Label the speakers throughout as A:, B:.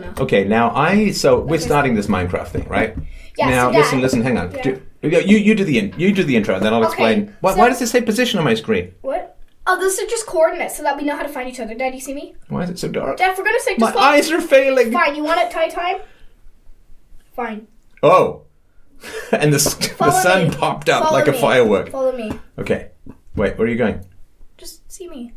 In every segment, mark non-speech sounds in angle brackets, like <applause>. A: now.
B: Okay, now I so we're starting this Minecraft thing, right?
A: Yeah, so
B: now
A: Dad-
B: listen, listen, hang on.
A: Yeah.
B: Do- you you do the in, you do the intro, and then I'll
A: Okay,
B: explain. Why,
A: so-
B: why does it say position on my screen?
A: What? Oh, those are just coordinates so that we know how to find each other. Dad, you see me?
B: Why is it so dark?
A: Dad, if we're gonna say
B: my
A: just like
B: eyes are failing.
A: fine. You want it tie time? Fine.
B: Oh, <laughs> and the s the
A: Follow
B: sun
A: me.
B: popped up
A: Follow
B: like a
A: me.
B: firework.
A: Follow me.
B: Okay, wait, where are you going?
A: Just see me.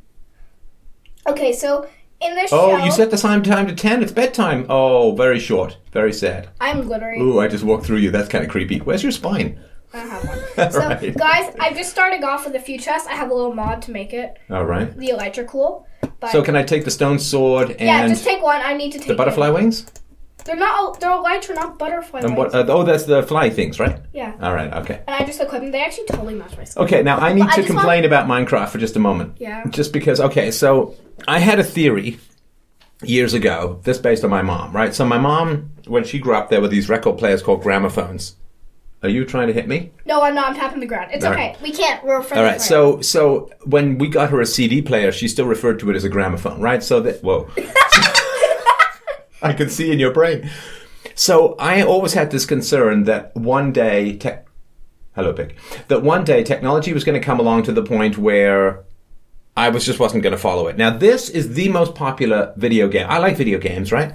A: Okay, so in this
B: Oh,
A: show,
B: you set the time time to ten. It's bedtime. Oh, very short, very sad.
A: I'm glittery.
B: Ooh, I just walked through you. That's kind of creepy. Where's your spine? <laughs>
A: I don't have one. So,
B: Right.
A: guys, I've just started off with a few chests. I have a little mod to make it
B: All right.
A: the electric cool. But
B: So can I take the stone sword and
A: yeah, just take one. I need to take
B: the butterfly wings?
A: It. They're not. They're elytra, not butterfly.
B: And what?
A: wings.
B: Uh, oh, that's the fly things, right?
A: yeah.
B: All right. Okay.
A: And I just equip them. They actually totally match my skin.
B: Okay, now I need
A: But I
B: to
A: just
B: complain about Minecraft for just a moment.
A: Yeah.
B: Just because, okay, so I had a theory years ago, this based on my mom, right? So my mom, when she grew up, there were these record players called gramophones. Are you trying to hit me?
A: No, I'm not. I'm tapping the ground. It's
B: All
A: okay.
B: right.
A: We can't. We're friends.
B: All right, so so when we got her a CD player, she still referred to it as a gramophone, right? So that whoa, I can see in your brain. So I always had this concern that one day, tech, hello, Pig, that one day technology was going to come along to the point where I was just wasn't going to follow it. Now this is the most popular video game. I like video games, right?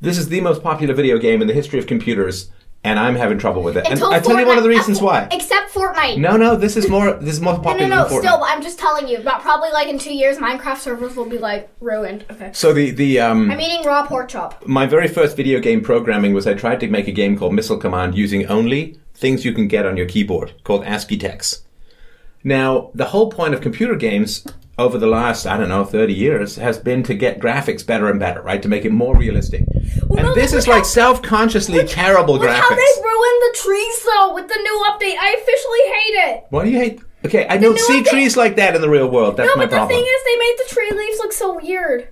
B: This is the most popular video game in the history of computers, and I'm having trouble with it. And
A: Until
B: I tell you one of the
A: Fortnite-
B: reasons why.
A: Except Fortnite.
B: No, no, this is more. This is more
A: <laughs> No,
B: popular
A: no,
B: than Fortnite.
A: still, but I'm just telling you. But probably like in two years, Minecraft servers will be like ruined. Okay.
B: So the the um,
A: I'm eating raw pork chop.
B: my very first video game programming was I tried to make a game called Missile Command using only things you can get on your keyboard called ASCII text. Now the whole point of computer games over the last I don't know thirty years has been to get graphics better and better, right? To make it more realistic. and
A: no,
B: this
A: look
B: is
A: how-
B: like self-consciously terrible
A: Look
B: graphics.
A: how they ruined the trees though with the new update. I officially hate it.
B: Why do you hate? Okay, I don't
A: no,
B: see
A: I think-
B: trees like that in the real world. That's
A: No,
B: my
A: but the
B: problem.
A: thing is, they made the tree leaves look so weird.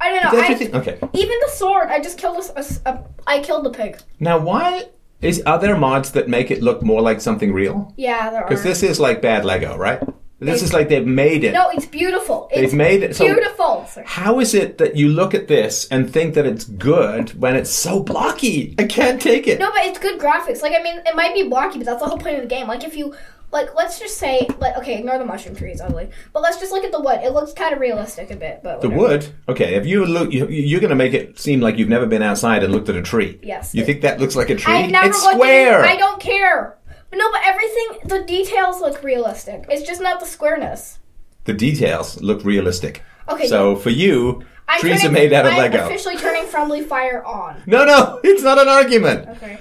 A: I don't know.
B: That's
A: I,
B: your thing- okay.
A: Even the sword, I just killed a s- a s- a- I killed the pig.
B: Now, why is are there mods that make it look more like something real?
A: Yeah, there are.
B: Because this is like bad Lego, right? This is like they've made it.
A: no, it's beautiful. It's
B: They've made it- so-
A: beautiful. Sorry.
B: How is it that you look at this and think that it's good when it's so blocky? I can't take it.
A: No, but it's good graphics. Like, I mean, it might be blocky, but that's the whole point of the game. Like, if you, like, let's just say, like, okay, ignore the mushroom tree, it's ugly. But let's just look at the wood. It looks kind of realistic a bit, but
B: The
A: whatever.
B: wood. Okay, if you look, you- you're going to make it seem like you've never been outside and looked at a tree.
A: Yes.
B: You think that looks like a tree?
A: I've never
B: it's
A: looked at it.
B: square.
A: I don't care. But no, but everything, the details look realistic. It's just not the squareness.
B: The details look realistic.
A: Okay.
B: So for you,
A: I'm
B: trees
A: turning-
B: are made out of
A: I'm
B: Lego.
A: officially turning friendly fire on.
B: No, no, <laughs> it's not an argument.
A: Okay.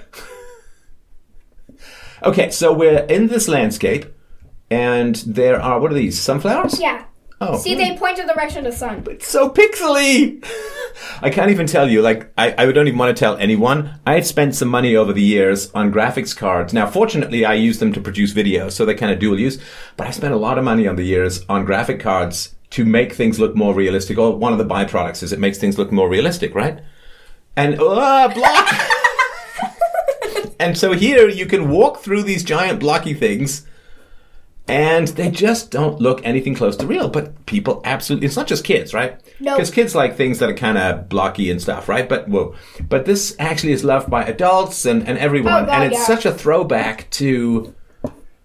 B: Okay, so we're in this landscape, and there are what are these sunflowers?
A: Yeah.
B: Oh,
A: See, they point the direction to sun.
B: it's so pixely. <laughs> I can't even tell you. Like, I, I don't even want to tell anyone. I had spent some money over the years on graphics cards. Now, fortunately, I use them to produce video, so they're kind of dual use. But I spent a lot of money on the years on graphic cards to make things look more realistic. Or one of the byproducts is it makes things look more realistic, right? And ah,
A: <laughs>
B: block. and so here you can walk through these giant blocky things and they just don't look anything close to real. But people absolutely, it's not just kids, right?
A: No.
B: Because kids like things that are kind of blocky and stuff, right? But whoa. But this actually is loved by adults and, and everyone.
A: Oh, God,
B: and it's
A: yeah.
B: such a throwback to.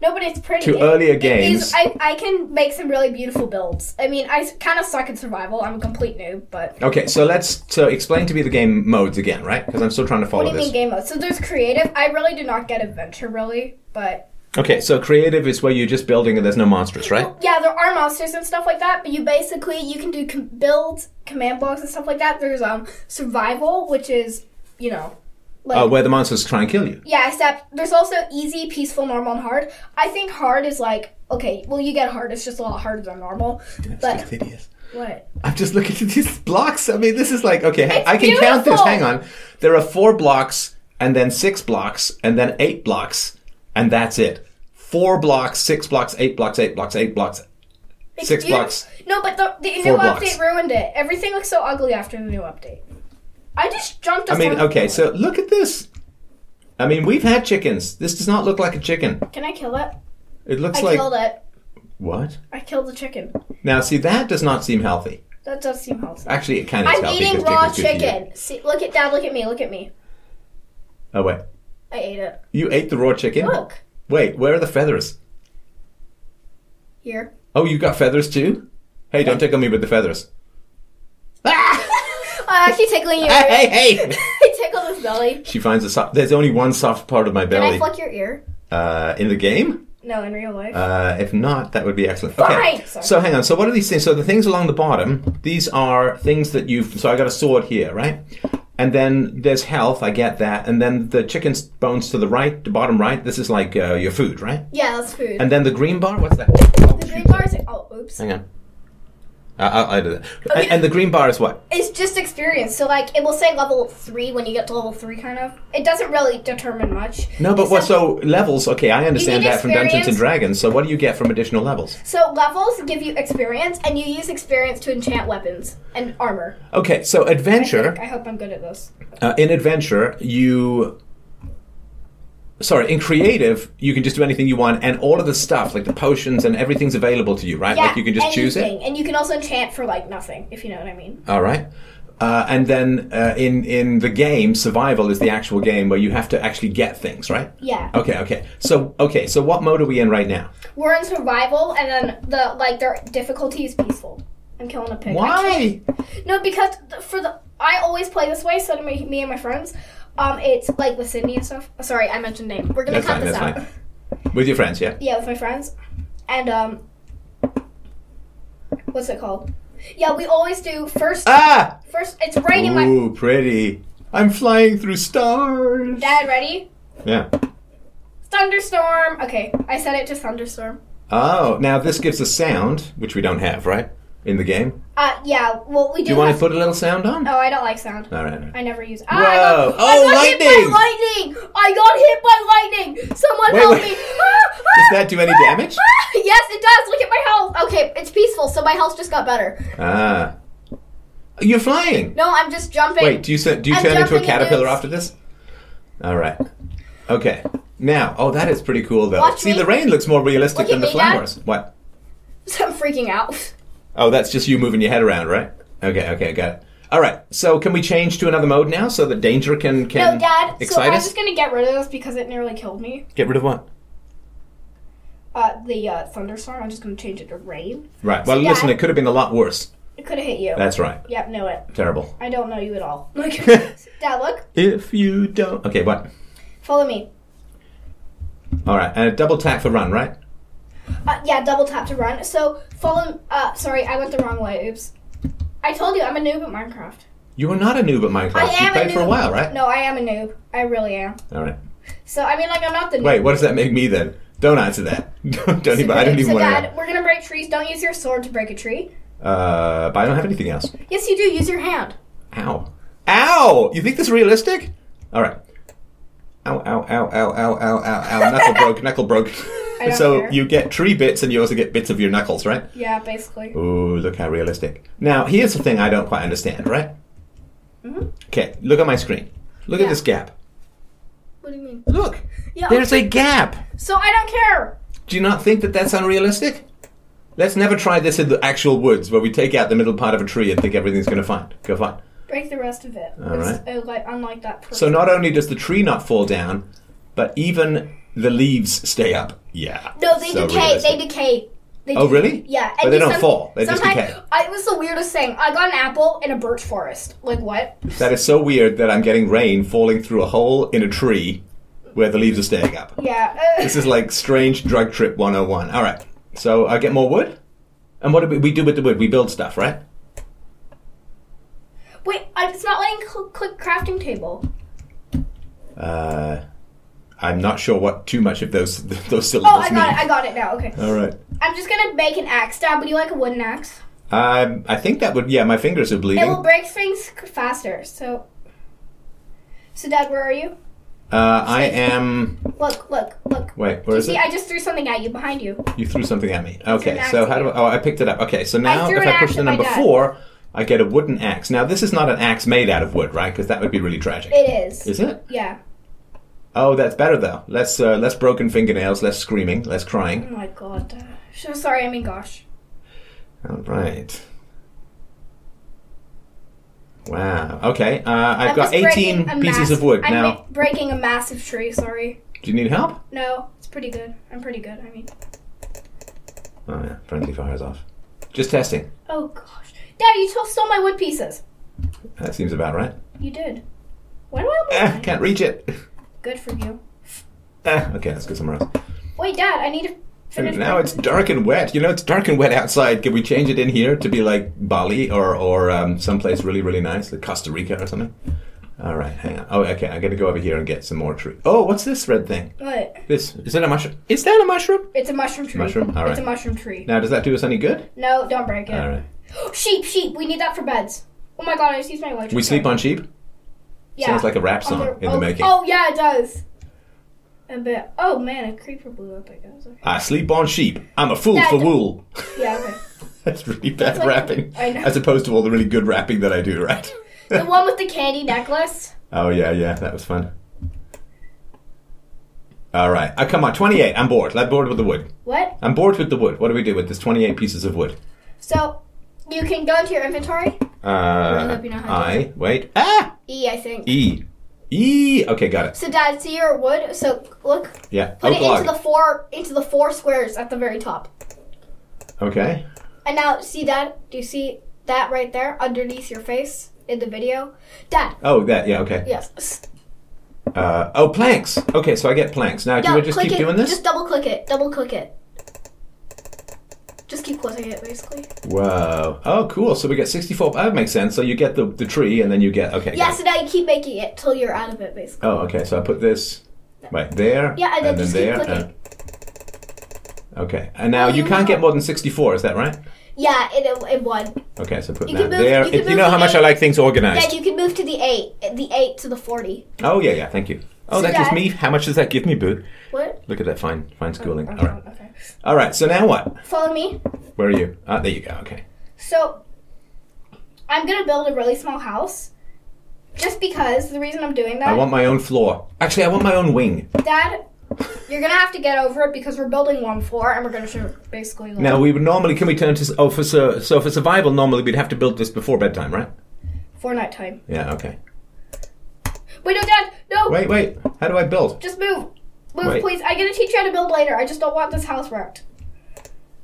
A: No, but it's pretty.
B: To
A: It-
B: earlier
A: it
B: games.
A: is- I, I can make some really beautiful builds. I mean, I kind of suck at survival. I'm a complete noob, but.
B: Okay, so let's. So explain to me the game modes again, right? Because I'm still trying to follow
A: What do you
B: this.
A: mean game mode? So there's creative. I really do not get adventure, really, but.
B: Okay, so creative is where you're just building and there's no monsters, right?
A: Yeah, there are monsters and stuff like that, but you basically you can do com- builds, command blocks, and stuff like that. There's um survival, which is you know, like
B: Uh, where the monsters try and kill you.
A: yeah. Except there's also easy, peaceful, normal, and hard. I think hard is like okay, well you get hard. It's just a lot harder than normal.
B: That's
A: But
B: hideous.
A: what?
B: I'm just looking at these <laughs> blocks. I mean, this is like okay. ha-
A: It's
B: I can count this.
A: beautiful.
B: Hang on. There are four blocks, and then six blocks, and then eight blocks, and that's it. Four blocks, six blocks, eight blocks, eight blocks, eight blocks.
A: It's
B: Six
A: beautiful.
B: blocks.
A: No, but the, the new
B: Four blocks.
A: update ruined it. Everything looks so ugly after the new update. I just jumped.
B: I mean, okay. So look at this. I mean, we've had chickens. This does not look like a chicken.
A: Can I kill it?
B: It looks
A: I
B: like
A: killed it.
B: what?
A: I killed the chicken.
B: Now, see, that does not seem healthy.
A: That does seem healthy.
B: Actually, it can.
A: I'm
B: healthy
A: eating
B: 'cause
A: raw
B: chicken's good for you.
A: chicken. See, look at dad. Look at me. Look at me.
B: Oh wait,
A: I ate it.
B: you ate the raw chicken.
A: Look
B: Wait, where are the feathers?
A: here. <laughs>
B: Oh, you got feathers too? Hey, don't tickle me with the feathers.
A: Ah! I'm actually tickling your
B: Hey,
A: ear.
B: hey, hey!
A: I tickle his belly.
B: <laughs> She finds a soft. There's only one soft part of my
A: Can I
B: belly.
A: flick your ear?
B: Uh, in the game?
A: No, in real life.
B: Uh, if not, that would be excellent.
A: Fine. Sorry.
B: So hang on. So what are these things? So the things along the bottom, these are things that you've. So I got a sword here, right? And then there's health. I get that. And then the chicken's bones to the right, the bottom right. This is like uh, your food, right?
A: yeah, that's food.
B: And then the green bar. What's that? Oh,
A: the green
B: shoot.
A: bar is like, oh, oops.
B: Hang on. I- I'll, I'll do that. And, and the green bar is what?
A: It's just experience. So like, it will say level three when you get to level three, kind of. It doesn't really determine much.
B: No, but what?
A: Except-
B: So levels. Okay, I understand
A: need
B: that from Dungeons and
A: experience.
B: Dragons. So what do you get from additional levels?
A: So levels give you experience, and you use experience to enchant weapons and armor.
B: Okay, so adventure.
A: I hope I'm good at this.
B: Uh, in adventure, you. Sorry, in creative, you can just do anything you want, and all of the stuff, like the potions and everything's available to you, right? like you can just choose it.
A: anything. And you can also enchant for like nothing, if you know what I mean.
B: All right. Uh, and then uh, in in the game, survival is the actual game where you have to actually get things, right?
A: Yeah.
B: Okay, okay. So okay, so what mode are we in right now?
A: We're in survival, and then the like their difficulty is peaceful. I'm killing a pig. I can't-
B: Why?
A: No, because th- for the I always play this way. So do me, me and my friends. Um, it's like with Sydney and stuff. Sorry, I mentioned name. We're gonna
B: That's
A: cut
B: fine,
A: this
B: that's
A: out.
B: fine. With your friends, yeah.
A: Yeah, with my friends, and um, what's it called? Yeah, we always do first.
B: Ah!
A: first, it's right in my
B: Ooh, pretty. I'm flying through stars.
A: dad. Ready?
B: Yeah.
A: Thunderstorm. Okay, I said it to thunderstorm.
B: Oh, now this gives a sound, which we don't have, right? In the game.
A: Uh, yeah. Well, we do.
B: Do you want
A: have-
B: to put a little sound on?
A: oh, I don't like sound.
B: All right. all right.
A: I never use. Ah, I got,
B: Whoa.
A: I
B: Oh,
A: got hit
B: lightning.
A: by lightning! I got hit by lightning! Someone
B: Wait,
A: help
B: wait.
A: me!
B: <laughs>
A: Ah,
B: Does
A: ah,
B: that do any
A: ah,
B: damage?
A: ah. <laughs> yes, it does. Look at my health. Okay, it's peaceful, so my health just got better.
B: Ah, you're flying.
A: No, I'm just jumping.
B: Wait, do you se- do you
A: I'm
B: turn into
A: jumping
B: a
A: in
B: caterpillar
A: this.
B: after this? All right. Okay. Now, oh, that is pretty cool though.
A: Watch
B: See,
A: me.
B: the rain looks more realistic
A: Look
B: than
A: at
B: the
A: me, Dad.
B: flowers. What?
A: <laughs> I'm freaking out.
B: Oh, that's just you moving your head around, right? Okay. Okay. Got it. All right. So, can we change to another mode now so that danger can can
A: No, Dad. So
B: excite
A: I'm
B: us?
A: just gonna get rid of this because it nearly killed me.
B: Get rid of what?
A: Uh, the uh, thunderstorm. I'm just gonna change it to rain.
B: Right. Well, listen,
A: Dad-
B: it could have been a lot worse.
A: It could have hit you.
B: That's right.
A: yep, know it.
B: Terrible.
A: I don't know you
B: <laughs>
A: at all. <laughs> Like, Dad, look.
B: If you don't. Okay. What?
A: Follow me.
B: All right. And a double tap for run, right?
A: Uh, yeah, double tap to run. So follow. Uh, sorry, I went the wrong way. Oops. I told you I'm a noob at Minecraft.
B: You are not a noob at Minecraft.
A: I am
B: you played
A: a noob.
B: for a while, right?
A: No, I am a noob. I really am.
B: All right.
A: So I mean, like I'm not the noob.
B: Wait, what does that make me then? Don't answer that. <laughs> don't don't even. I don't even
A: so
B: want to.
A: Dad, we're gonna break trees. Don't use your sword to break a tree.
B: know. Uh, but I don't have anything else.
A: Yes, you do. Use your hand.
B: Ow! Ow! You think this is realistic? All right. Ow! Ow! Ow! Ow! Ow! Ow! Ow!
A: <laughs>
B: Ow! knuckle broke. Knuckle broke. <laughs>
A: don't
B: so
A: care.
B: you get tree bits, and you also get bits of your knuckles, right?
A: Yeah, basically.
B: Ooh, look how realistic. Now, here's the thing I don't quite understand, right? Okay, look at my screen. Look at
A: Mm-hmm. Yeah.
B: this gap.
A: What do you mean?
B: Look,
A: Yeah.
B: there's a gap.
A: So I don't care.
B: Do you not think that that's unrealistic? Let's never try this in the actual woods where we take out the middle part of a tree and think everything's going to fine. Go fine.
A: Break the rest of it.
B: All
A: It's,
B: right.
A: uh, like unlike that. Person.
B: So not only does the tree not fall down, but even the leaves stay up. Yeah.
A: No, they
B: so
A: decay.
B: realistic.
A: They decay. They
B: Oh,
A: decay.
B: really?
A: Yeah.
B: But they
A: you
B: don't fall. They just
A: sometimes-
B: decay.
A: I, it was the weirdest thing. I got an apple in a birch forest. Like what?
B: That is so weird that I'm getting rain falling through a hole in a tree where the leaves are staying up.
A: Yeah. uh,
B: This is like strange drug trip 101. All right. So I get more wood. And what do we, we do with the wood? We build stuff, right?
A: Wait, I- it's not letting cl- click crafting table.
B: Uh, I'm not sure what too much of those <laughs> those syllables
A: Oh, I got
B: mean.
A: it. I got it now. Okay.
B: All right.
A: I'm just gonna make an axe. Dad, would you like a wooden axe?
B: Um, I think that would. Yeah, my fingers are
A: It
B: bleeding.
A: will break things c- faster. So. So, Dad, where are you?
B: Uh, I am.
A: Look! Look! Look!
B: Wait, where is
A: See,
B: it?
A: I just threw something at you behind you.
B: You threw something at me. Okay,
A: axe
B: so
A: at
B: how do
A: you.
B: I? Oh, I picked it up. Okay, so now
A: threw
B: if
A: an
B: I
A: axe
B: push the
A: at my
B: number
A: dad.
B: four, I get a wooden axe. Now this is not an axe made out of wood, right? Because that would be really tragic.
A: It is.
B: Is it?
A: Yeah.
B: Oh, that's better though. Less uh, less broken fingernails, less screaming, less crying.
A: Oh my god. Dad. So sorry. I mean, gosh.
B: All right. Wow. Okay. Uh, I've
A: I'm
B: got
A: just breaking
B: 18
A: a
B: pieces
A: mass-
B: of wood.
A: I'm
B: now,
A: ma- breaking a massive tree. Sorry.
B: do you need help?
A: No, it's pretty good. I'm pretty good. I mean.
B: Oh, yeah. Friendly fire's off. Just testing.
A: Oh gosh, Dad, you t- stole my wood pieces.
B: That seems about right.
A: You did. Why do I
B: Ah, <laughs>
A: look like
B: can't reach it.
A: Good for you.
B: Ah, okay, let's go somewhere else.
A: Wait, Dad, I need to finish.
B: And now it's dark and wet. You know, it's dark and wet outside. Can we change it in here to be like Bali or or um, someplace really really nice, like Costa Rica or something? All right, hang on. Oh, okay. I'm gonna go over here and get some more tree. Oh, what's this red thing?
A: What?
B: This is that a mushroom? Is that a mushroom?
A: It's a mushroom tree.
B: Mushroom? All right.
A: It's a mushroom tree.
B: Now, does that do us any good?
A: No, don't break it.
B: All right.
A: <gasps> Sheep, sheep. We need that for beds. Oh my god, I just used my wedge.
B: We sleep on sheep.
A: Yeah.
B: Sounds like a rap
A: On
B: song
A: the-
B: in
A: oh,
B: the making.
A: Oh yeah, it does. A bit. Oh man, a creeper blew up. I guess. Okay.
B: I sleep on sheep. I'm a fool
A: That-
B: for wool.
A: Yeah. Okay.
B: <laughs> That's really bad
A: like-
B: rapping,
A: I know.
B: as opposed to all the really good rapping that I do,
A: <laughs>
B: right?
A: the one with the candy necklace.
B: Oh yeah, yeah, that was fun. All right, oh, come on, twenty-eight. I'm bored. I'm bored with the wood.
A: What?
B: I'm bored with the wood. What do we do with this twenty-eight pieces of wood?
A: So you can go into your inventory.
B: Uh,
A: hope you know how to do
B: I wait. Ah,
A: E, I think.
B: E, E. Okay, got it.
A: So Dad, see your wood. So look,
B: Yeah,
A: put
B: oak
A: it
B: log.
A: into the four into the four squares at the very top.
B: okay,
A: And now see that? Do you see that right there underneath your face in the video? Dad,
B: oh that. Yeah, okay.
A: yes. S-
B: Uh, oh, planks. Okay, so I get planks. Now, do
A: no,
B: I just
A: click
B: keep
A: it.
B: doing this?
A: Just double click it. Double click it. Just keep clicking it, basically.
B: Whoa. Oh, cool. So we get sixty-four. That makes sense. So you get the the tree, and then you get okay. got
A: Yeah,
B: it.
A: so now you keep making it till you're out of it, basically.
B: Oh, okay. So I put this right there.
A: Yeah, and then just keep
B: there.
A: clicking.
B: and- okay. And now you
A: you
B: can't
A: know-
B: get more than 64, is that right?
A: Yeah, in, a- in one.
B: Okay, so put
A: You
B: that
A: can move-
B: there.
A: you can
B: It-
A: move
B: know how
A: the
B: much I
A: eight.
B: like things
A: Dad,
B: organized.
A: you can move to the eight, the eight to the forty.
B: Oh, yeah, yeah. Thank you. Oh,
A: So
B: that gives
A: that-
B: me. How much does that give me, Boo?
A: What?
B: Look at that fine, fine schooling.
A: Oh, Okay,
B: All right.
A: okay.
B: All right. So now what?
A: Follow me.
B: Where are you? Ah, there you go. Okay.
A: So, I'm gonna build a really small house, just because the reason I'm doing that.
B: I want my own floor. Actually, I want my own wing.
A: Dad, you're gonna have to get over it because we're building one floor and we're gonna show basically. Like,
B: Now we would normally can we turn to s- oh for so, so for survival normally we'd have to build this before bedtime, right?
A: For nighttime.
B: Yeah. Okay.
A: Wait, no, Dad, no.
B: Wait, wait. How do I build?
A: Just move, move,
B: Wait.
A: please. I'm gonna teach you how to build later. I just don't want this house wrecked.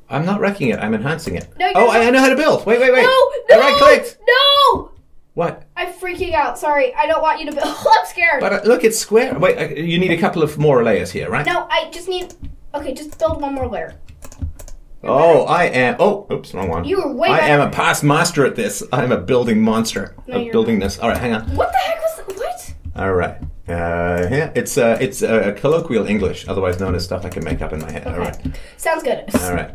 B: I'm not wrecking it. I'm enhancing it.
A: No, you're
B: oh,
A: not.
B: I, I know how to build. Wait, wait, wait.
A: No,
B: I
A: no,
B: right clicked.
A: no.
B: What?
A: I'm freaking out. Sorry, I don't want you to build. <laughs> I'm scared.
B: But uh, look, it's square. Wait, uh, you need a couple of more layers here, right?
A: no, I just need. Okay, just build one more layer.
B: Oh, I am. Oh, oops, wrong one.
A: You were way
B: I
A: better.
B: am a past master at this. I'm a building monster
A: No,
B: of
A: you're
B: building this. All right, hang on.
A: What the heck was what?
B: All right. Uh, yeah, it's uh, it's uh, colloquial English, otherwise known as stuff I can make up in my head. All right.
A: Sounds good.
B: All right.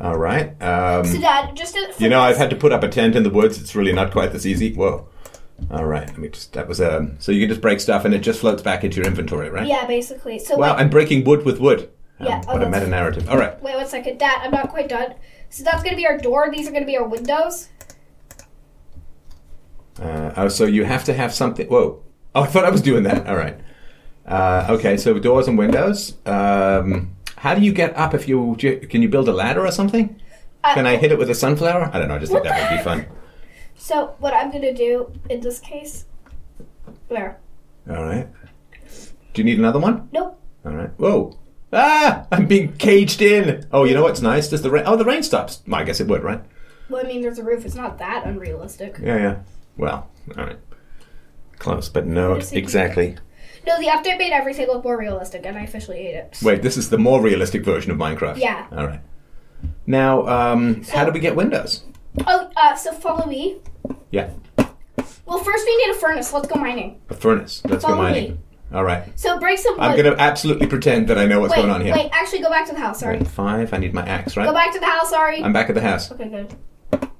B: All right. Um,
A: So, Dad, just to,
B: You know, I've had to put up a tent in the woods. It's really not quite this easy. Whoa. All right. Let me just. That was um. So you can just break stuff, and it just floats back into your inventory, right?
A: Yeah, basically. So
B: Wow.
A: like,
B: I'm breaking wood with wood. Um,
A: Yeah, oh,
B: what a
A: that's-
B: meta narrative. All right.
A: wait one second, Dad. I'm not quite done. So that's gonna be our door. These are gonna be our windows.
B: Uh, oh, so you have to have something. Whoa. Oh, I thought I was doing that. All right. Uh, okay. So doors and windows. Um, how do you get up if you, do you- can you build a ladder or something?
A: Uh,
B: Can I hit it with a sunflower? I don't know. I just think
A: What
B: that
A: the
B: would be fun.
A: So what I'm gonna do in this case? There.
B: All right. Do you need another one?
A: Nope.
B: All right. Whoa. Ah! I'm being caged in. Oh, you know what's nice? Does the rain? Oh, the rain stops. Well, I guess it would, right?
A: Well, I mean, there's a roof. It's not that unrealistic.
B: Yeah, yeah. Well, all right. Close, but no,
A: What is it?
B: exactly.
A: No, the update made everything look more realistic, and I officially hate it.
B: Wait, this is the more realistic version of Minecraft.
A: Yeah.
B: All right. Now, um, how do we get windows?
A: Oh, uh, so follow me.
B: Yeah,
A: Well, first we need a furnace. Let's go mining.
B: a furnace. Let's go
A: Follow
B: mining.
A: me.
B: All right.
A: So break some wood.
B: I'm gonna absolutely pretend that I know what's
A: wait,
B: going on here.
A: wait. Actually, go back to the house. Sorry.
B: Right, Five. I need my axe, right?
A: Go back to the house. Sorry.
B: I'm back at the house.
A: okay, good.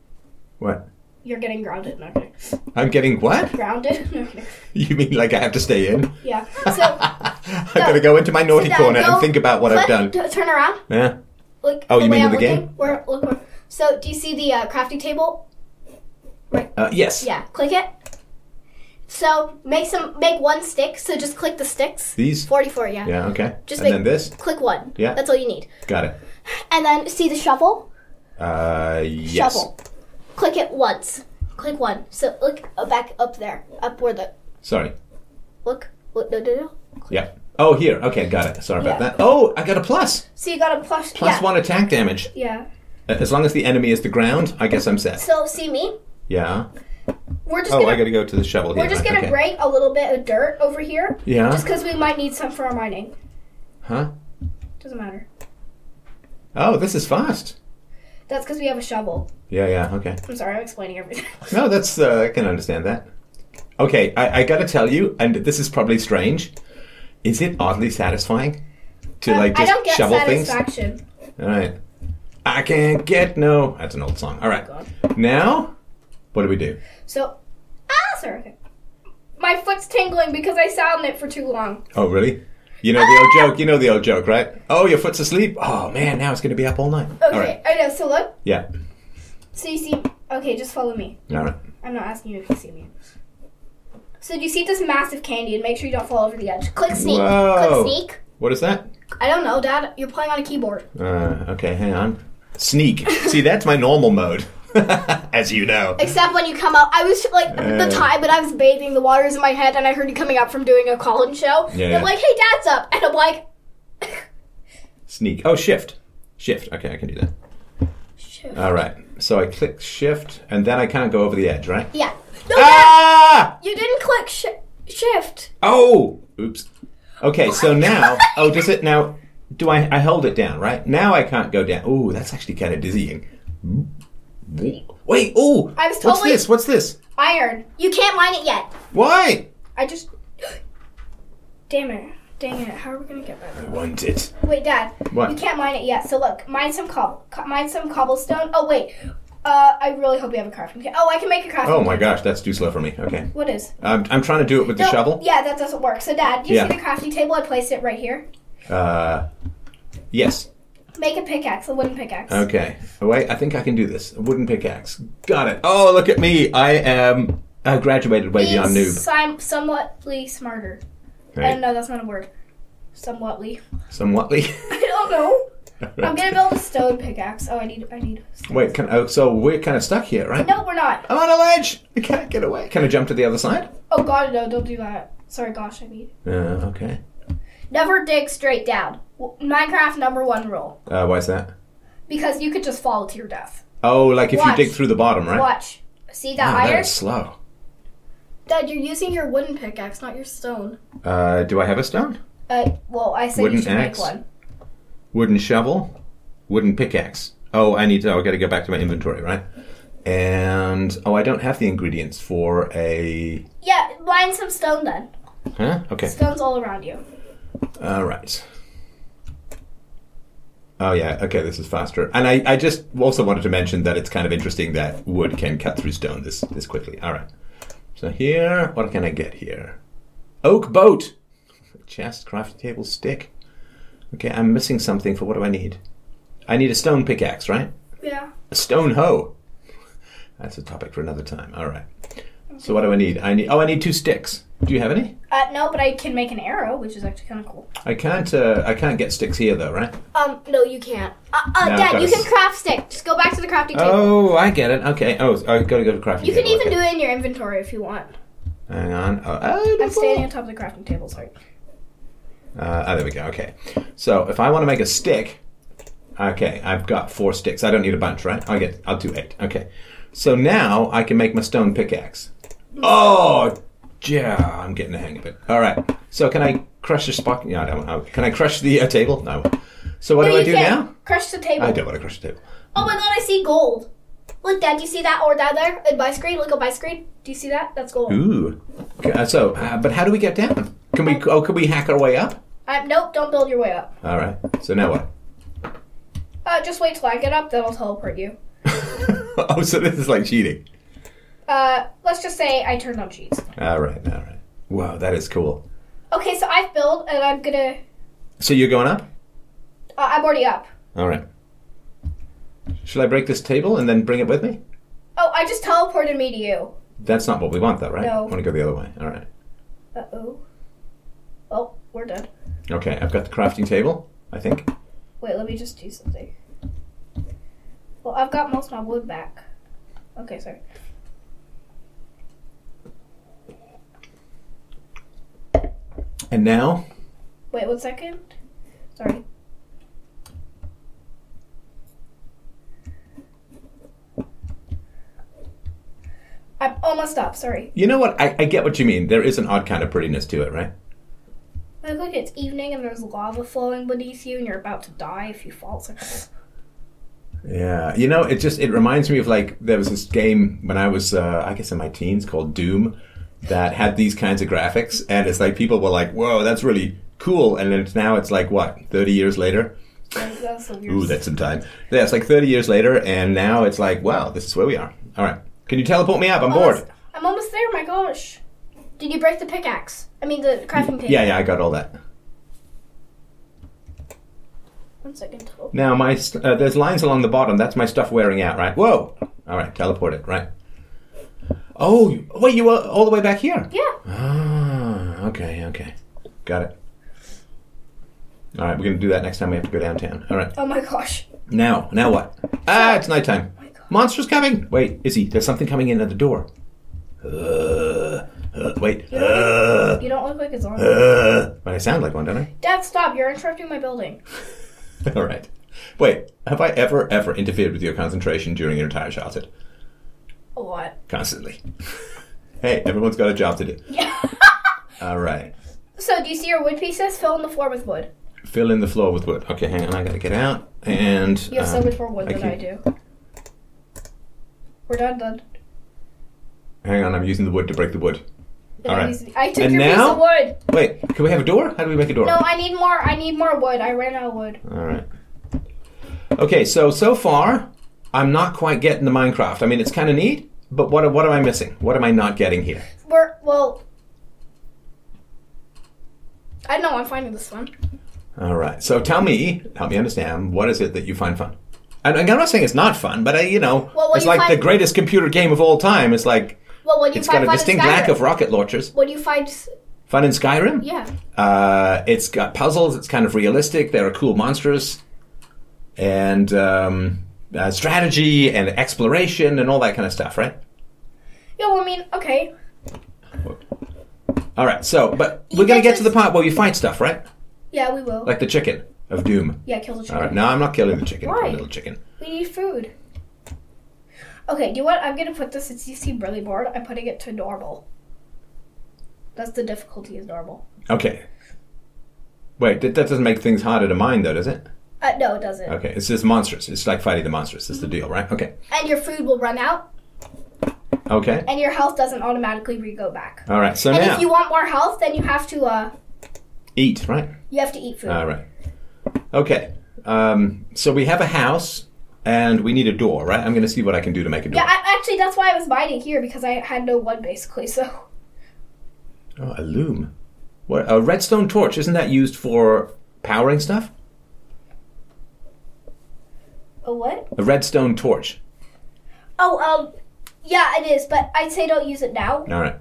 B: What?
A: You're getting grounded. No, okay.
B: I'm getting what? <laughs>
A: Grounded. <laughs> No, okay.
B: You mean like I have to stay in? <laughs>
A: Yeah. So
B: I'm
A: No.
B: gonna go into my naughty
A: Dad,
B: corner and
A: go-
B: think about what I've
A: flip, <laughs>
B: done.
A: t- turn around.
B: Yeah.
A: Look.
B: Oh, you mean
A: way
B: to
A: I'm
B: the
A: looking.
B: game?
A: Where? Look where. So do you see the uh, crafting table?
B: Uh, yes.
A: Yeah. Click it. So make some. Make one stick. So just click the sticks.
B: These.
A: Forty-four. Yeah.
B: Yeah. Okay.
A: Just
B: and
A: make-
B: then this.
A: Click one.
B: Yeah.
A: That's all you need.
B: Got it.
A: And then see the shovel.
B: Uh, yes.
A: Shovel. click it once. Click one. So look uh, back up there, up where the
B: Sorry.
A: look. look no, no, no.
B: Yeah. Oh, here. Okay, got it. Sorry about
A: Yeah.
B: that. Oh, I got a plus.
A: So you got a plus.
B: Plus
A: yeah.
B: one attack damage.
A: Yeah.
B: As long as the enemy is the ground, I guess I'm set.
A: So see me.
B: Yeah.
A: We're just
B: Oh,
A: gonna
B: I gotta go to the shovel here.
A: we're just
B: right,
A: gonna
B: okay.
A: break a little bit of dirt over here,
B: Yeah.
A: just because we might need some for our mining.
B: Huh?
A: Doesn't matter.
B: Oh, this is fast.
A: That's because we have a shovel.
B: Yeah, yeah, okay.
A: I'm sorry, I'm explaining everything.
B: <laughs> No, that's uh, I can understand that. Okay, I, I got to tell you, and this is probably strange. Is it oddly satisfying to
A: I-
B: like
A: Uh, <laughs> I
B: just
A: don't get
B: shovel things? All
A: satisfaction.
B: right, I can't get no. That's an old song. All right,
A: God.
B: now what do we do?
A: So, ah, sorry. Okay. My foot's tingling because I sat on it for too long.
B: Oh, really? You know the old
A: Ah!
B: joke. You know the old joke, right? Oh, your foot's asleep. Oh man, now it's going to be up all night.
A: Okay,
B: All right.
A: I know. So look.
B: Yeah.
A: So you see. Okay, just follow me.
B: All right.
A: I'm not asking you if you see me. So do you see this massive candy and make sure you don't fall over the edge. Click sneak.
B: Whoa.
A: Click sneak.
B: What is that?
A: I don't know, Dad. You're playing on a keyboard.
B: Uh, okay, hang on. Sneak. See, that's my normal mode, <laughs> as you know.
A: Except when you come up, I was like the
B: Uh.
A: time when I was bathing, the waters in my head, and I heard you coming up from doing a call-in show.
B: Yeah,
A: And
B: yeah.
A: I'm like, "Hey, Dad's up," and I'm like,
B: Sneak. Oh, shift. Shift. Okay, I can do that.
A: Shift.
B: All right. So I click shift, and then I can't go over the edge, right?
A: "Yeah, no, Dad,
B: Ah!
A: you didn't click sh- shift."
B: Oh! Oops. Okay, so now, oh, does it now? Do I? I hold it down, right? Now I can't go down. Ooh, that's actually kind of dizzying. Wait. Ooh.
A: I was
B: What's
A: totally-
B: this? What's this?
A: Iron. You can't mine it yet.
B: Why?
A: I just. <gasps> Damn it. Dang it. How are we gonna get back?
B: I want it.
A: Wait, Dad.
B: What?
A: You can't mine it yet. So look, mine some cobble, co- mine some cobblestone. Oh wait. Uh, I really hope you have a crafting kit. Oh, I can make a crafting.
B: Oh my
A: kit.
B: gosh, that's too slow for me. Okay.
A: What is?
B: I'm, I'm trying to do it with the
A: No,
B: shovel.
A: Yeah, that doesn't work. So, Dad, you
B: Yeah.
A: see the crafting table? I placed it right here.
B: Uh, yes.
A: Make a pickaxe, a wooden pickaxe.
B: Okay. Wait, I think I can do this. A wooden pickaxe. Got it. Oh, look at me. I am I graduated way
A: Be
B: beyond noob.
A: Sim- somewhatly smarter. I
B: Right?
A: no, that's not a word. Somewhatly. <laughs>
B: <laughs> Somewhatly.
A: I don't know. I'm gonna build a stone pickaxe. Oh, I need. I need.
B: Wait, can, oh, so we're kind of stuck here, right?
A: No, we're not.
B: I'm on a ledge. I can't get away. Can I jump to the other side?
A: Oh God, no! Don't do that. Sorry, gosh, I need.
B: Uh, okay.
A: Never dig straight down. W- Minecraft number one rule.
B: Uh, why is that?
A: Because you could just fall to your death.
B: Oh, like if
A: Watch.
B: you dig through the bottom, right?
A: Watch. See that
B: Wow, that
A: iron?
B: is slow.
A: Dad, you're using your wooden pickaxe, not your stone.
B: Uh, do I have a stone?
A: Uh, well, I said
B: Wooden
A: you should
B: axe?
A: make one.
B: Wooden shovel, wooden pickaxe. Oh, I need to. Oh, I got to go back to my inventory, right? And oh, I don't have the ingredients for a.
A: Yeah, mine some stone then.
B: Huh? Okay.
A: Stones all around you.
B: All right. Oh yeah, okay, this is faster. And I, I just also wanted to mention that it's kind of interesting that wood can cut through stone this this quickly. All right. So here, what can I get here? Oak boat, <laughs> chest, crafting table, stick. Okay, I'm missing something. For what do I need? I need a stone pickaxe, right?
A: Yeah.
B: A stone hoe. That's a topic for another time. All right. So what do I need? I need. Oh, I need two sticks. Do you have any?
A: Uh, no, but I can make an arrow, which is actually kind of cool.
B: I can't. Uh, I can't get sticks here though, right?
A: Um, no, you can't. Uh, uh,
B: No,
A: Dad,
B: I've
A: you
B: got
A: can
B: a-
A: craft stick. Just go back to the crafting table.
B: Oh, I get it. Okay. Oh, I gotta go to crafting.
A: You can
B: table.
A: even
B: okay.
A: do it in your inventory if you want.
B: Hang on. Oh, oh,
A: I'm standing on top of the crafting table, sorry.
B: uh, oh, there we go. Okay. So if I want to make a stick, okay, I've got four sticks. I don't need a bunch, right? I get. I'll do eight. Okay. So now I can make my stone pickaxe. Oh, yeah. I'm getting the hang of it. All right. So can I crush the spot? No, I don't. want- Can I crush the uh, table? No. So what
A: No,
B: do I
A: you
B: do
A: can't.
B: now?
A: Crush the table.
B: I don't want to crush the table.
A: Oh my god, I see gold. Look, Dad, do you see that or that there? In my screen, look at my screen. Do you see that? That's gold.
B: Ooh. Uh, So, uh, but how do we get down? Can we? Oh, can we hack our way up?
A: Um, nope, don't build your way up.
B: All right. So now what? <laughs>
A: Uh, just wait till I get up, then I'll teleport you.
B: oh, so this is like cheating.
A: Uh, let's just say I turned on cheats.
B: All right, all right. Wow, that is cool.
A: Okay, so I've built, and I'm gonna.
B: So you're going up?
A: Uh, I'm already up.
B: All right. Should I break this table and then bring it with me?
A: Oh, I just teleported me to you.
B: That's not what we want, though, right?
A: No.
B: I want to go the other way. All right.
A: Uh oh. Oh, we're done.
B: Okay, I've got the crafting table, I think.
A: Wait, let me just do something. Well, I've got most of my wood back. Okay, sorry.
B: And now,
A: Wait one second. Sorry. I'm almost up. Sorry.
B: you know what? I, I get what you mean. There is an odd kind of prettiness to it, right?
A: Like, look, it's evening and there's lava flowing beneath you, and you're about to die if you fall. So,
B: Yeah, you know, it just it reminds me of like there was this game when I was uh, I guess in my teens called Doom that had these kinds of graphics, and it's like people were like, "Whoa, that's really cool," and then it's now it's like what thirty years later.
A: like, that's the
B: Ooh,
A: weirdest.
B: that's some time. Yeah, it's like thirty years later, and now it's like, "Wow, this is where we are." All right, can you teleport me up? I'm bored.
A: Almost- I'm almost there. My gosh. Did you break the pickaxe? I mean, the crafting table.
B: Yeah, yeah, I got all that.
A: One second.
B: Now my st- uh, there's lines along the bottom. That's my stuff wearing out, right? Whoa! All right, teleport it, right? Oh, you- wait, you were all the way back here.
A: Yeah.
B: Ah, okay, okay. Got it. All right, we're going to do that next time we have to go downtown. All right.
A: Oh my gosh.
B: Now, now what? Ah, it's nighttime.
A: Oh my god.
B: Monster's coming. Wait, Izzy, there's something coming in at the door. Uh, uh, wait. Uh,
A: You don't look like a zombie.
B: uh. But I sound like one, don't I? <laughs>
A: Dad, stop. You're interrupting my building.
B: All right. Wait, have I ever, ever interfered with your concentration during your entire childhood?
A: A lot. <laughs>
B: Constantly. <laughs> hey, everyone's got a job to do.
A: Yeah.
B: All right.
A: so, do you see your wood pieces? Fill in the floor with wood.
B: Fill in the floor with wood. Okay, hang on. I gotta get out. And
A: You have so
B: um,
A: much more wood
B: I
A: than I
B: keep-
A: do. We're done, done.
B: Hang on, I'm using the wood to break the wood.
A: And
B: All
A: I
B: right.
A: used- I took
B: And
A: your
B: now?
A: piece of wood.
B: Wait, can we have a door? How do we make a door?
A: No, I need more. I need more wood. I ran out of wood.
B: All right. Okay, so so far, I'm not quite getting the Minecraft. I mean, it's kind of neat, but what what am I missing? What am I not getting here?
A: We're well. I know. I'm finding this one.
B: All right. So tell me, help me understand, what is it that you find fun? And and I'm not saying it's not fun, but I, you know,
A: Well, what
B: it's
A: you
B: like the
A: find-
B: greatest computer game of all time. It's like
A: Well, what do you
B: it's got
A: find?
B: a
A: fun in
B: distinct lack
A: Skyrim?
B: of rocket launchers.
A: What do you find? s-
B: Fun in Skyrim?
A: Yeah.
B: Uh, it's got puzzles. It's kind of realistic. There are cool monsters, and um, uh, strategy and exploration and all that kind of stuff, right?
A: Yeah. Well, I mean, okay.
B: All right. So, but we're
A: You
B: gonna
A: get
B: get to the
A: this-
B: part where you fight stuff, right?
A: Yeah, we will.
B: Like the chicken of doom.
A: yeah, kill the chicken.
B: All right. No, I'm not killing the chicken.
A: Why?
B: Poor little chicken.
A: We need food. Okay, do you know what? I'm gonna put this. Since you seem really bored, I'm putting it to normal. That's the difficulty is normal.
B: Okay. Wait, that, that doesn't make things harder to mine, though, does it?
A: Uh, no, it doesn't.
B: Okay, it's just monsters. It's like fighting the monsters.
A: Mm-hmm.
B: It's the deal, right? Okay.
A: And your food will run out,
B: Okay.
A: and your health doesn't automatically re-go back.
B: All right. So
A: And
B: now
A: if you want more health, then you have to uh,
B: eat, right?
A: you have to eat food.
B: All right. Okay. Um, so we have a house and we need a door, right? I'm going to see what I can do to make a door.
A: yeah, I, actually, that's why I was mining here because I had no wood basically. So <laughs>
B: Oh, a loom. What? A redstone torch. Isn't that used for powering stuff?
A: a what?
B: A redstone torch.
A: Oh, um, yeah, it is. But I'd say don't use it now.
B: All right.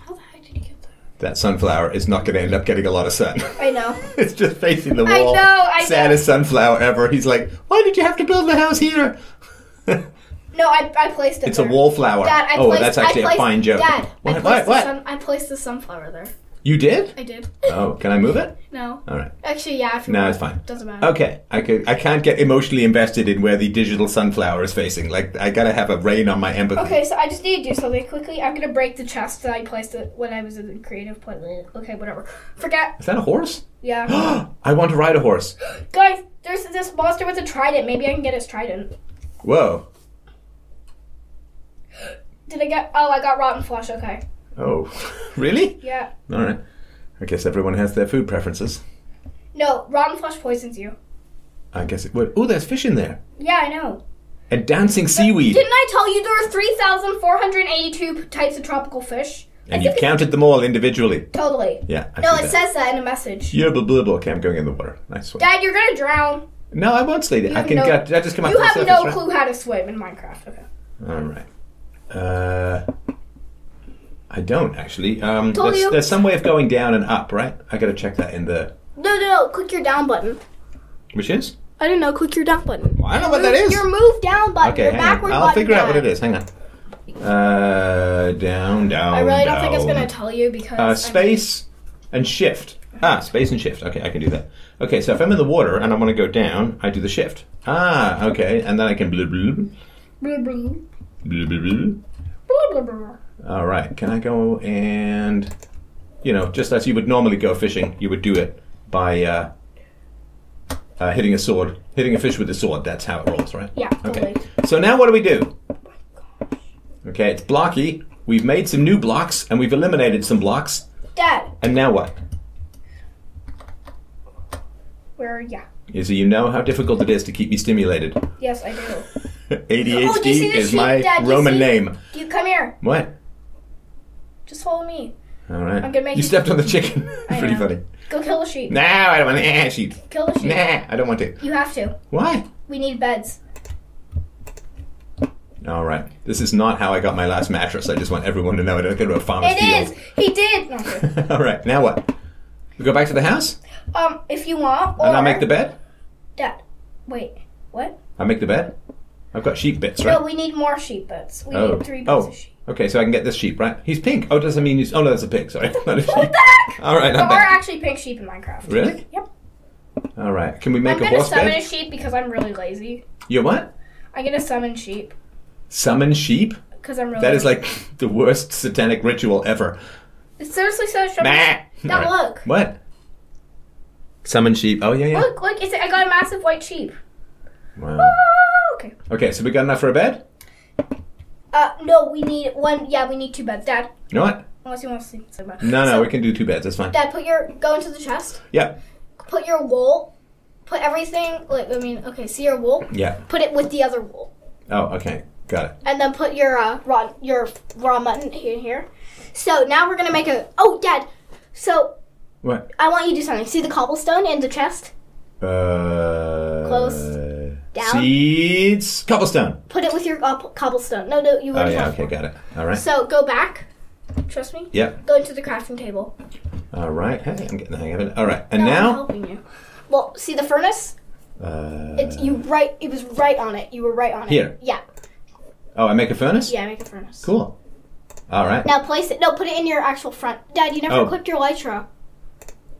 A: How the heck did you get that?
B: That sunflower is not going to end up getting a lot of sun. <laughs>
A: I know.
B: it's just facing the
A: I
B: wall.
A: know, I know.
B: Saddest sunflower ever. He's like, why did you have to build the house here? <laughs>
A: No, I, I placed it.
B: It's a
A: there.
B: wallflower.
A: Dad, I
B: oh,
A: placed,
B: that's actually
A: I placed,
B: a fine joke.
A: Dad, I
B: what?
A: placed,
B: What?
A: The
B: what?
A: sun, I placed the sunflower there.
B: You did?
A: I did.
B: Oh, can I move it?
A: <laughs> no,
B: All right.
A: actually, yeah. If you
B: No,
A: want.
B: it's fine.
A: Doesn't matter.
B: Okay, I could, I can't get emotionally invested in where the digital sunflower is facing. Like I gotta have a rein on my empathy.
A: Okay, so I just need to do something quickly. I'm gonna break the chest that I placed it when I was in the creative point. Okay, whatever. Forget.
B: Is that a horse? <gasps>
A: Yeah,
B: I want to ride a horse.
A: guys, there's this monster with a trident. Maybe I can get his trident.
B: Whoa.
A: Did I get? Oh, I got rotten flesh. Okay.
B: Oh, <laughs> really?
A: Yeah.
B: All right. I guess everyone has their food preferences.
A: No, rotten flesh poisons you.
B: I guess it would. Oh, there's fish in there.
A: Yeah, I know.
B: And dancing seaweed.
A: Didn't I tell you there are 3,482 types of tropical fish?
B: And
A: I
B: you
A: think it-
B: counted them all individually.
A: Totally.
B: Yeah. I
A: No,
B: see
A: it
B: that.
A: says that in a message.
B: Yeah, blah, blah, blah. Okay, I'm going in the water. Nice one.
A: Dad, you're gonna drown.
B: No, I won't stay there. I
A: have
B: can
A: no-
B: get, I just come out
A: You
B: to the
A: have
B: surface,
A: no
B: right?
A: clue how to swim in Minecraft. Okay.
B: All right. Uh, I don't actually. Um,
A: Told
B: there's,
A: you.
B: there's some way of going down and up, right? I got to check that in the
A: No, no, no. Click your down button.
B: which is
C: I don't know. Click your down button.
B: I don't know what Oh, that is.
A: Your move down button.
B: Okay,
A: your
B: hang on.
A: backward
B: I'll
A: button
B: figure out
A: down.
B: what it is. Hang on. Uh, down, down.
A: I really don't think it's
B: down.
A: gonna tell you because I
B: Oh, Uh,
A: mean-
B: space and shift. Ah, space and shift. Okay, I can do that. Okay, so if I'm in the water and I want to go down, I do the shift. Ah, okay, and then I can blue blue
A: Blah, blah, blah,
B: blue blue blue.
A: blah, blah, blah.
B: All right, can I go and you know just as you would normally go fishing, you would do it by uh, uh, hitting a sword, hitting a fish with a sword. That's how it rolls, right?
A: Yeah,
B: Okay.
A: totally. Oh
B: So now what do we do? Okay, it's blocky. We've made some new blocks and we've eliminated some blocks.
A: Dad,
B: And now what?
A: where? Yeah.
B: Is that you know how difficult it is to keep me stimulated.
A: <laughs> Yes, I do.
B: ADHD
A: Oh, do you see the
B: is
A: sheep,
B: my
A: Dad? Do you
B: Roman
A: see-
B: name.
A: You come here.
B: What?
A: Just follow me.
B: All right.
A: I'm gonna make
B: you
A: you-
B: stepped on the chicken. <laughs>
A: I
B: Pretty
A: know.
B: funny.
A: Go kill the sheep.
B: No, I don't want to. Nah, sheep.
A: Kill the sheep.
B: Nah, I don't want to.
A: You have to.
B: Why?
A: We need beds.
B: All right. This is not how I got my last mattress. I just want everyone to know. I don't go to a farmer's
A: It
B: field.
A: is. He did. No, I'm
B: <laughs>
A: kidding.
B: All right. Now what? We go back to the house
A: um, if you want, or
B: and I make the bed.
A: Dad, wait. What?
B: I make the bed. I've got sheep bits, right?
A: No, we need more sheep beds. We
B: Oh.
A: need three beds
B: oh.
A: of sheep.
B: Okay, so I can get this sheep, right? He's pink. Oh, doesn't mean you. Oh no, that's a pig. Sorry, <laughs> not a sheep.
A: What the heck?
B: All right,
A: There
B: I'm
A: are
B: back.
A: actually pink sheep in Minecraft.
B: Uh, Really?
A: Yep.
B: All right. Can we make
A: I'm
B: a
A: gonna
B: horse
A: summon
B: bed?
A: a sheep because I'm really lazy.
B: You what?
A: I'm gonna summon sheep
B: Summon sheep?
A: because I'm really.
B: That is
A: lazy.
B: like <laughs> the worst satanic ritual ever.
A: It seriously says summon.
B: Nah.
A: Now
B: All right.
A: look.
B: What? Summon sheep. Oh yeah, yeah.
A: Look, look, it's, I got a massive white sheep.
B: Wow.
A: Oh, okay.
B: Okay, so we got enough for a bed.
A: Uh, no, we need one. Yeah, we need two beds. Dad,
B: You know what?
A: unless you want to sleep in bed.
B: No, no,
A: So,
B: we can do two beds. That's fine.
A: Dad, put your go into the chest.
B: Yeah,
A: Put your wool. Put everything. Like I mean, okay. See your wool.
B: yeah.
A: Put it with the other wool,
B: Oh, okay, got it.
A: and then put your uh, raw your raw mutton in here. So now we're gonna make a. Oh, Dad. So
B: What?
A: I want you to do something. See the cobblestone in the chest.
B: Uh,
A: Close. Down.
B: Seeds. Cobblestone.
A: Put it with your cob- cobblestone. No, no, you
B: Oh
A: already
B: yeah.
A: have
B: Okay,
A: one.
B: got it. All right.
A: So go back. Trust me.
B: Yep.
A: Go into the crafting table.
B: All right. Hey, I'm getting the hang of it. All right. And
A: No, I'm
B: now.
A: helping you. Well, see the furnace?
B: Uh,
A: It's you right it was right on it. You were right on it.
B: Here.
A: Yeah.
B: oh, I make a furnace.
A: Yeah, make a furnace.
B: Cool. All right.
A: Now place it. No, put it in your actual front. Dad, you never
B: Oh.
A: equipped your lytra.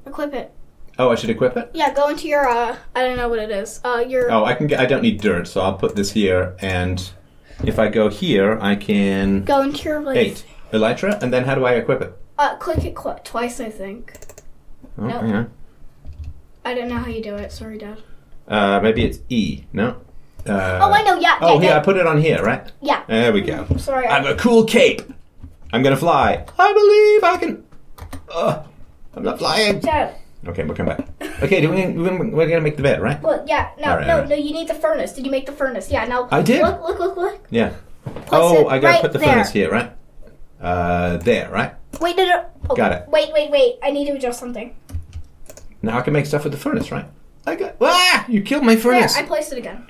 A: Equip it.
B: Oh, I should equip it.
A: Yeah, go into your uh I don't know what it is. Uh your
B: Oh, I can get. I don't need dirt, so I'll put this here. And if I go here, I can
A: go into your like
B: eight elytra. And then how do I equip it?
A: uh click it qu- twice I think.
B: Oh,
A: Nope.
B: hang on.
A: I don't know how you do it. Sorry, Dad.
B: Uh, maybe it's E. No. Uh,
A: oh, I know. Yeah.
B: Oh,
A: yeah,
B: here I put it on here, right?
A: yeah. yeah.
B: There we go.
A: Sorry.
B: I'm
A: I,
B: a cool cape. I'm gonna fly. I believe I can. Ugh, I'm not flying.
A: Dad.
B: Okay, we'll come back. Okay, do we, we- we're gonna make the bed, right?
A: Well, yeah. No,
B: All right, all
A: no,
B: right.
A: no. You need the furnace. Did you make the furnace? Yeah. Now
B: I did.
A: Look, look, look, look.
B: Yeah.
A: Place
B: Oh,
A: it
B: I gotta
A: right
B: put the
A: there.
B: furnace here, right? Uh, there, right?
A: Wait, no, no. Oh,
B: Got it.
A: Wait, wait, wait. I need to adjust something.
B: Now I can make stuff with the furnace, right? I got. Ah! You killed my
A: There,
B: furnace.
A: I placed it again.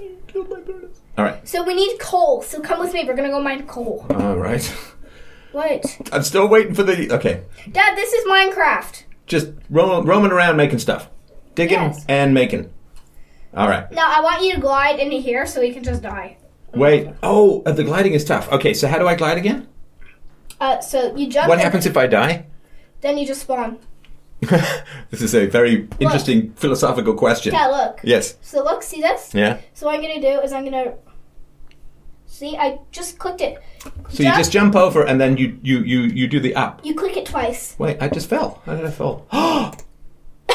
B: You killed my furnace. All right.
A: So we need coal. So come with me. We're gonna go mine coal.
B: All right. <laughs>
A: What?
B: I'm still waiting for the. Okay.
A: Dad, this is Minecraft.
B: Just ro- roaming around making stuff, digging
A: Yes.
B: and making. All right.
A: Now I want you to glide into here so we can just die.
B: Wait. Oh, uh, the gliding is tough. Okay, so how do I glide again?
A: Uh, so you jump.
B: What
A: and
B: happens if I die? <laughs>
A: Then you just spawn.
B: this is a very interesting philosophical question.
A: Yeah, look.
B: Yes.
A: So look, see this?
B: Yeah.
A: So what I'm gonna do is I'm gonna. See, I just clicked it.
B: So you just jump over and then you you you you do the up.
A: You click
B: <laughs>
A: it twice.
B: Wait, I just fell. How did I fall? <gasps> the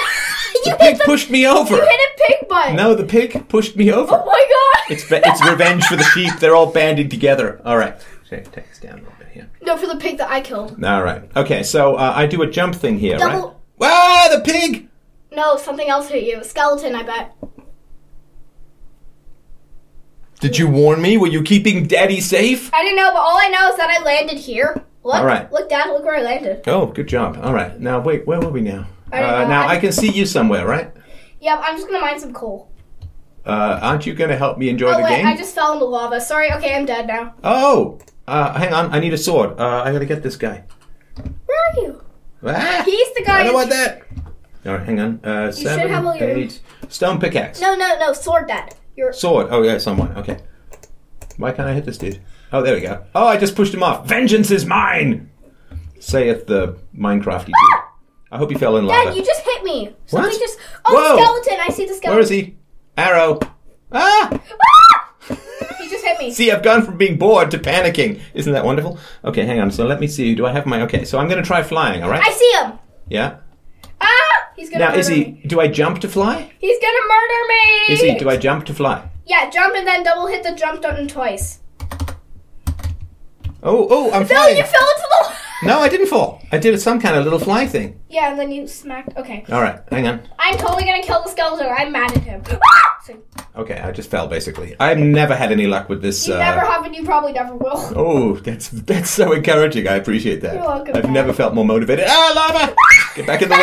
A: you
B: pig pushed me over.
A: You hit a pig button.
B: No, the pig pushed me over.
A: Oh my god.
B: It's ba- it's revenge for the sheep. They're all banded together. All right. Take text down a little bit here.
A: no, for the pig that I killed.
B: All right. Okay. So uh, I do a jump thing here, right?
A: Double.
B: Ah, the pig.
A: No, something else hit you. Skeleton, I bet.
B: Did you warn me? Were you keeping Daddy safe?
A: I didn't know, but all I know is that I landed here. Look,
B: All right.
A: look, Dad, look where I landed.
B: Oh, good job. All right. Now, wait, where were we now?
A: I don't
B: uh,
A: know.
B: Now,
A: I-
B: I can see you somewhere, right?
A: Yeah, I'm just gonna mine some coal.
B: Uh, aren't you going to help me enjoy
A: Oh
B: the
A: wait,
B: game?
A: I just fell in the lava. Sorry. Okay, I'm dead now.
B: Oh, uh, hang on. I need a sword. Uh, I got to get this guy.
A: Where are you?
B: Ah,
A: He's the guy.
B: I don't
A: who-
B: want that. All right, hang on. Uh,
A: should have
B: seven,
A: all your-
B: eight. Stone pickaxe.
A: No, no, no, sword dad. You're
B: Sword. Oh yeah, someone. Okay. Why can't I hit this dude? Oh, there we go. Oh, I just pushed him off. Vengeance is mine, saith the Minecrafty dude. I hope he fell in lava.
A: Dad, you just hit me. Something
B: What?
A: just Oh
B: Whoa.
A: skeleton, I see the skeleton.
B: Where is he? Arrow. Ah! <laughs>
A: He just hit me.
B: See, I've gone from being bored to panicking. Isn't that wonderful? Okay, hang on. So let me see. Do I have my? Okay, so I'm gonna try flying. All right.
A: I see him.
B: Yeah.
A: Ah! He's gonna
B: Now
A: murder
B: is he?
A: me.
B: Do I jump to fly?
A: He's gonna murder me.
B: Is he? Do I jump to fly?
A: Yeah, jump and then double hit the jump button twice.
B: Oh, oh, I'm
A: No,
B: flying.
A: you fell into the
B: No, I didn't fall. I did some kind of little fly thing.
A: <laughs> Yeah, and then you smacked okay.
B: All right, hang on.
A: I'm totally gonna kill the skeleton. I'm mad at him. Ah! So
B: Okay, I just fell basically. I've never had any luck with this. uh,
A: you never have and you probably never
B: <laughs>
A: will. <laughs>
B: Oh, that's that's so encouraging. I appreciate that.
A: You're welcome,
B: I've
A: Dad.
B: never felt more motivated. Ah, lava! Get back in the
A: <laughs>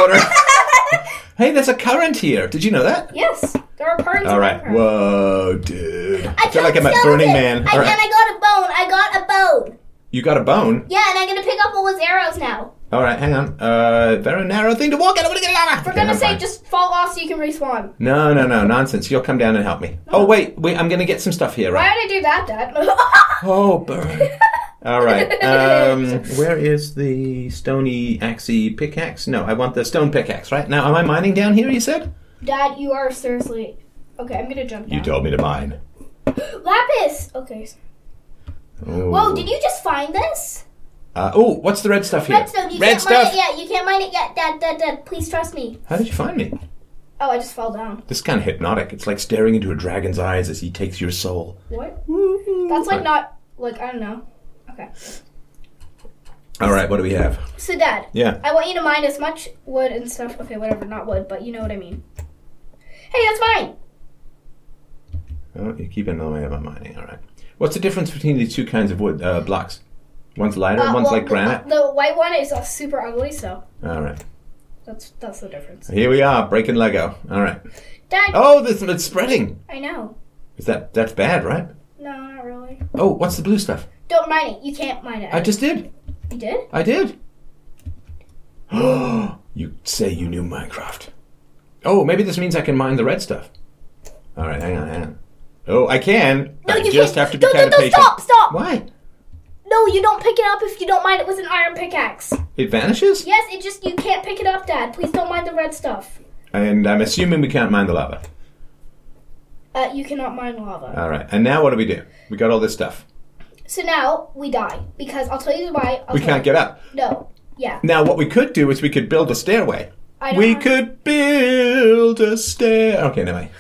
B: water. hey, there's a current here. Did you know that?
A: yes. There are parts
B: All right.
A: of Minecraft.
B: Whoa, dude. I,
A: I
B: feel like I'm
A: killed
B: at
A: the
B: Burning
A: skeleton.
B: Man.
A: I,
B: All right.
A: And I got a bone. I got a bone.
B: You got a bone.
A: Yeah, and I'm gonna pick up all his arrows now.
B: All right, hang on. Uh, very narrow thing to walk. I don't want to get lava.
A: We're gonna say just fall off so you can respawn.
B: No, no, no, nonsense. You'll come down and help me. Oh wait, wait. I'm gonna get some stuff here,
A: Why
B: right?
A: would I do that, Dad? <laughs>
B: Oh, burn. <laughs> All right.
A: <laughs>
B: Um, where is the stony axey pickaxe? No, I want the stone pickaxe. Right now, am I mining down here? You said.
A: Dad, you are seriously. Okay, I'm gonna jump down.
B: You told me to mine.
A: Lapis. Okay.
B: Oh.
A: Whoa, did you just find this?
B: Uh, oh, what's the red stuff here?
A: Redstone. You can't mine
B: stuff.
A: it yet. You can't mine it yet, Dad. Dad, Dad. Please trust me.
B: How did you find me?
A: Oh, I just fell down.
B: This is kind of hypnotic. It's like staring into a dragon's eyes as he takes your soul.
A: What? That's like not like I don't know. Okay.
B: All right, what do we have?
A: So, Dad,
B: Yeah.
A: I want you to mine as much wood and stuff. Okay, whatever. Not wood, but you know what I mean. Hey, that's mine.
B: Oh, you keep in the way of my mining. All right. What's the difference between these two kinds of wood uh, blocks? One's lighter,
A: Uh,
B: and one's
A: well,
B: like
A: the-
B: granite.
A: The, white one is uh, super ugly, so
B: All right.
A: that's that's the difference.
B: Here we are, breaking Lego. All right.
A: Dad,
B: Oh, this it's spreading.
A: I know.
B: Is that that's bad, right?
A: No, not really.
B: Oh, what's the blue stuff?
A: Don't mine it. You can't mine it.
B: I just did.
A: you did?
B: I did. <gasps> you say you knew Minecraft. Oh, maybe this means I can mine the red stuff. All right, hang on, hang on. Oh, I can.
A: No,
B: I
A: you
B: just
A: can't.
B: have to be
A: don't,
B: kind
A: don't,
B: of
A: don't,
B: patient.
A: stop, stop.
B: Why?
A: No, you don't pick it up if you don't mine it with an iron pickaxe.
B: It vanishes?
A: Yes, it just you can't pick it up, Dad. Please don't mine the red stuff.
B: And I'm assuming we can't mine the lava.
A: Uh, you cannot mine lava.
B: All right. And now what do we do? We got all this stuff.
A: So now we die because I'll tell you why. I'll
B: We
A: tell
B: can't
A: you.
B: get up.
A: No. Yeah.
B: Now what we could do is we could build a stairway.
A: I don't
B: We
A: know.
B: could build a stair. Okay, never
A: <laughs>
B: mind.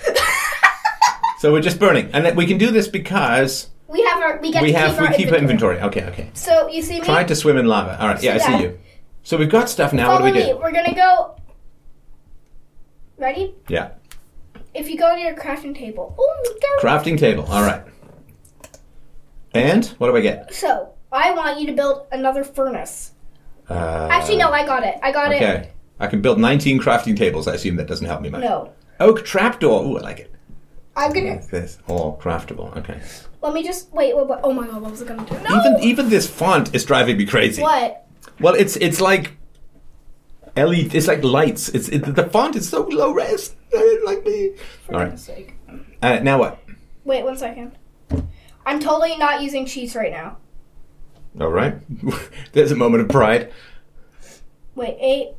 B: so we're just burning, and that- we can do this because
A: We have our. We get
B: we
A: to
B: have
A: keep
B: we
A: our
B: keep an inventory. Okay, okay.
A: So you see me.
B: Try to swim in lava. All right, yeah, I
A: that-
B: see you. So we've got stuff now.
A: Follow
B: what do we
A: me.
B: do?
A: We're gonna go. Ready?
B: Yeah,
A: If you go to your crafting table. Oh, there.
B: crafting table. All right. And what do I get?
A: so I want you to build another furnace.
B: Uh,
A: Actually, no, I got it. I got it.
B: Okay, I can build 19 crafting tables. I assume that doesn't help me much.
A: No,
B: Oak trapdoor. Ooh, I like it.
A: I'm gonna.
B: Like this, all craftable. Okay.
A: Let me just wait. Wait. wait. Oh my god, what was I gonna do? No.
B: Even even this font is driving me crazy.
A: Oh. what?
B: Well, it's it's like LED. It's like lights. It's it, the font is so low res. <laughs> I don't Like me. All right.
A: Goodness sake.
B: Uh, now what?
A: Wait one second. I'm totally not using cheats right now.
B: All right. <laughs> There's a moment of pride.
A: Wait, eight.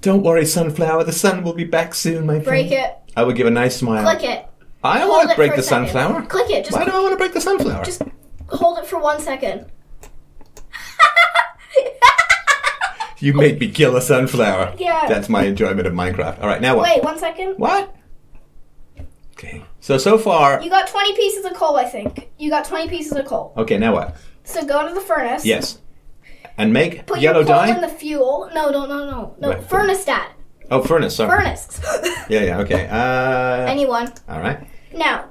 B: Don't worry, sunflower. The sun will be back soon, my friend.
A: Break it.
B: I will give a nice smile.
A: Click it.
B: I don't
A: Hold
B: want
A: it
B: to break
A: for a
B: the
A: second.
B: sunflower.
A: Click it. Just
B: Why do I want to break the sunflower?
A: Just- hold it for
B: <laughs>
A: one second.
B: You made me kill a sunflower.
A: Yeah.
B: That's my enjoyment of Minecraft. All right. Now what?
A: Wait one second.
B: What? Okay. So so far.
A: You got 20 pieces of coal, I think. You got 20 pieces of coal.
B: Okay. Now what?
A: So go into the furnace.
B: Yes. And make
A: Put
B: yellow
A: your coal
B: dye.
A: in the fuel. No, no, no, no, no.
B: Right.
A: Furnace, Dad.
B: oh, furnace. Sorry.
A: Furnace. <laughs>
B: Yeah. Yeah. Okay. Uh.
A: Anyone.
B: All right.
A: Now,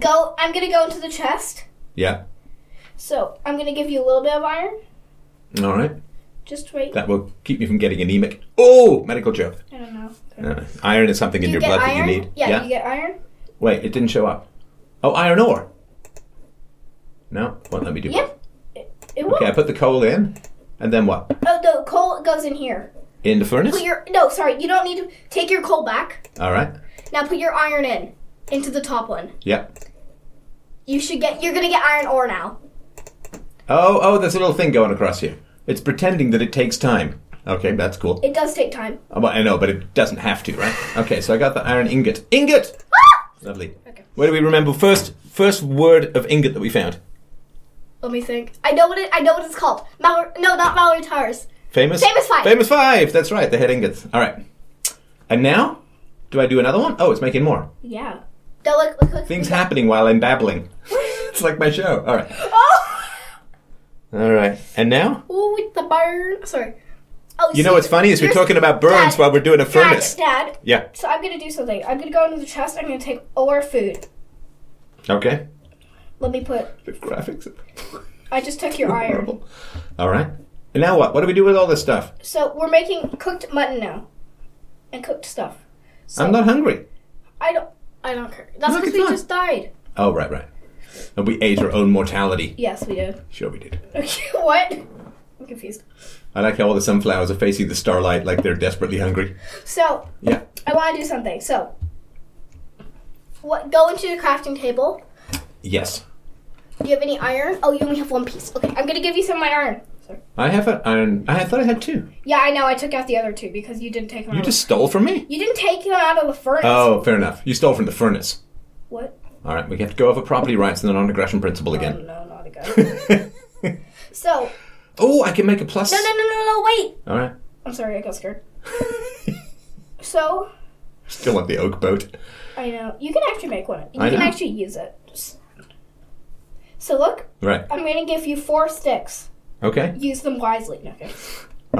A: go. I'm gonna go into the chest.
B: Yeah.
A: So I'm gonna give you a little bit of iron.
B: All right.
A: Just wait.
B: That will keep me from getting anemic. Oh, medical joke.
A: I don't know.
B: Uh, iron is something in
A: Do
B: your
A: you get
B: blood
A: iron?
B: that you need.
A: Yeah, you get iron.
B: Wait, it didn't show up. Oh, iron ore. No, won't let me do
A: Yep.
B: both.
A: It
B: Okay, I
A: will.
B: put the coal in, and then what?
A: Oh, the coal goes in here.
B: in the furnace.
A: Put your no, sorry, you don't need to take your coal back.
B: All right.
A: Now put your iron in into the top one.
B: Yeah.
A: You should get. You're gonna get iron ore now.
B: Oh, oh, there's a little thing going across here. It's pretending that it takes time. Okay, that's cool.
A: It does take time.
B: Oh, well, I know, but it doesn't have to, right? Okay, so I got the iron ingot. Ingot.
A: Ah!
B: Lovely.
A: Okay.
B: Where do we remember first first word of ingot that we found?
A: Let me think. I know what it. I know what it's called. Mal- no, not Mallory Towers.
B: Famous.
A: Famous five.
B: Famous five. That's right. They had ingots. All right. And now, do I do another one? Oh, it's making more
A: Yeah. No, look, look, look.
B: things happening while I'm babbling. <laughs> it's like my show. All right.
A: Oh,
B: All right. And now,
A: Ooh, with the burn. Sorry. Oh,
B: you know what's funny is we're talking about burns
A: Dad.
B: while we're doing a
A: Dad,
B: furnace.
A: Dad.
B: Yeah.
A: So I'm gonna do something. I'm gonna go into the chest. I'm gonna take all our food.
B: Okay.
A: Let me put.
B: The graphics.
A: I just took your iron.
B: <laughs> Horrible. All right. And now what? What do we do with all this stuff?
A: So we're making cooked mutton now, and cooked stuff. So
B: I'm not hungry.
A: I don't. I don't care. That's
B: Look,
A: because
B: it's
A: we
B: not.
A: just died.
B: Oh, right, right. And we ate our own mortality.
A: Yes, we did. <laughs>
B: Sure, we did.
A: Okay, what? I'm confused.
B: I like how all the sunflowers are facing the starlight like they're desperately hungry.
A: So
B: Yeah.
A: I want to do something. So, what? Go into your crafting table.
B: Yes.
A: Do you have any iron? Oh, you only have one piece. Okay, I'm gonna give you some of my iron. Sorry.
B: I have an iron. I thought I had two.
A: Yeah, I know. I took out the other two because you didn't take them
B: You
A: out.
B: just stole from me?
A: you didn't take them out of the furnace.
B: Oh, fair enough. You stole from the furnace.
A: What?
B: All right, we have to go over property rights and the non aggression principle
A: Oh,
B: again. <laughs>
A: no, not again. so,
B: oh, I can make a plus.
A: no, no, no, no, no, wait.
B: All right. <laughs>
A: I'm sorry, I got scared. So,
B: Still want the oak boat.
A: I know you can actually make one. You
B: I
A: can
B: know.
A: actually use it. Just- So look,
B: Right.
A: I'm gonna give you four sticks.
B: Okay.
A: Use them wisely. No, Okay.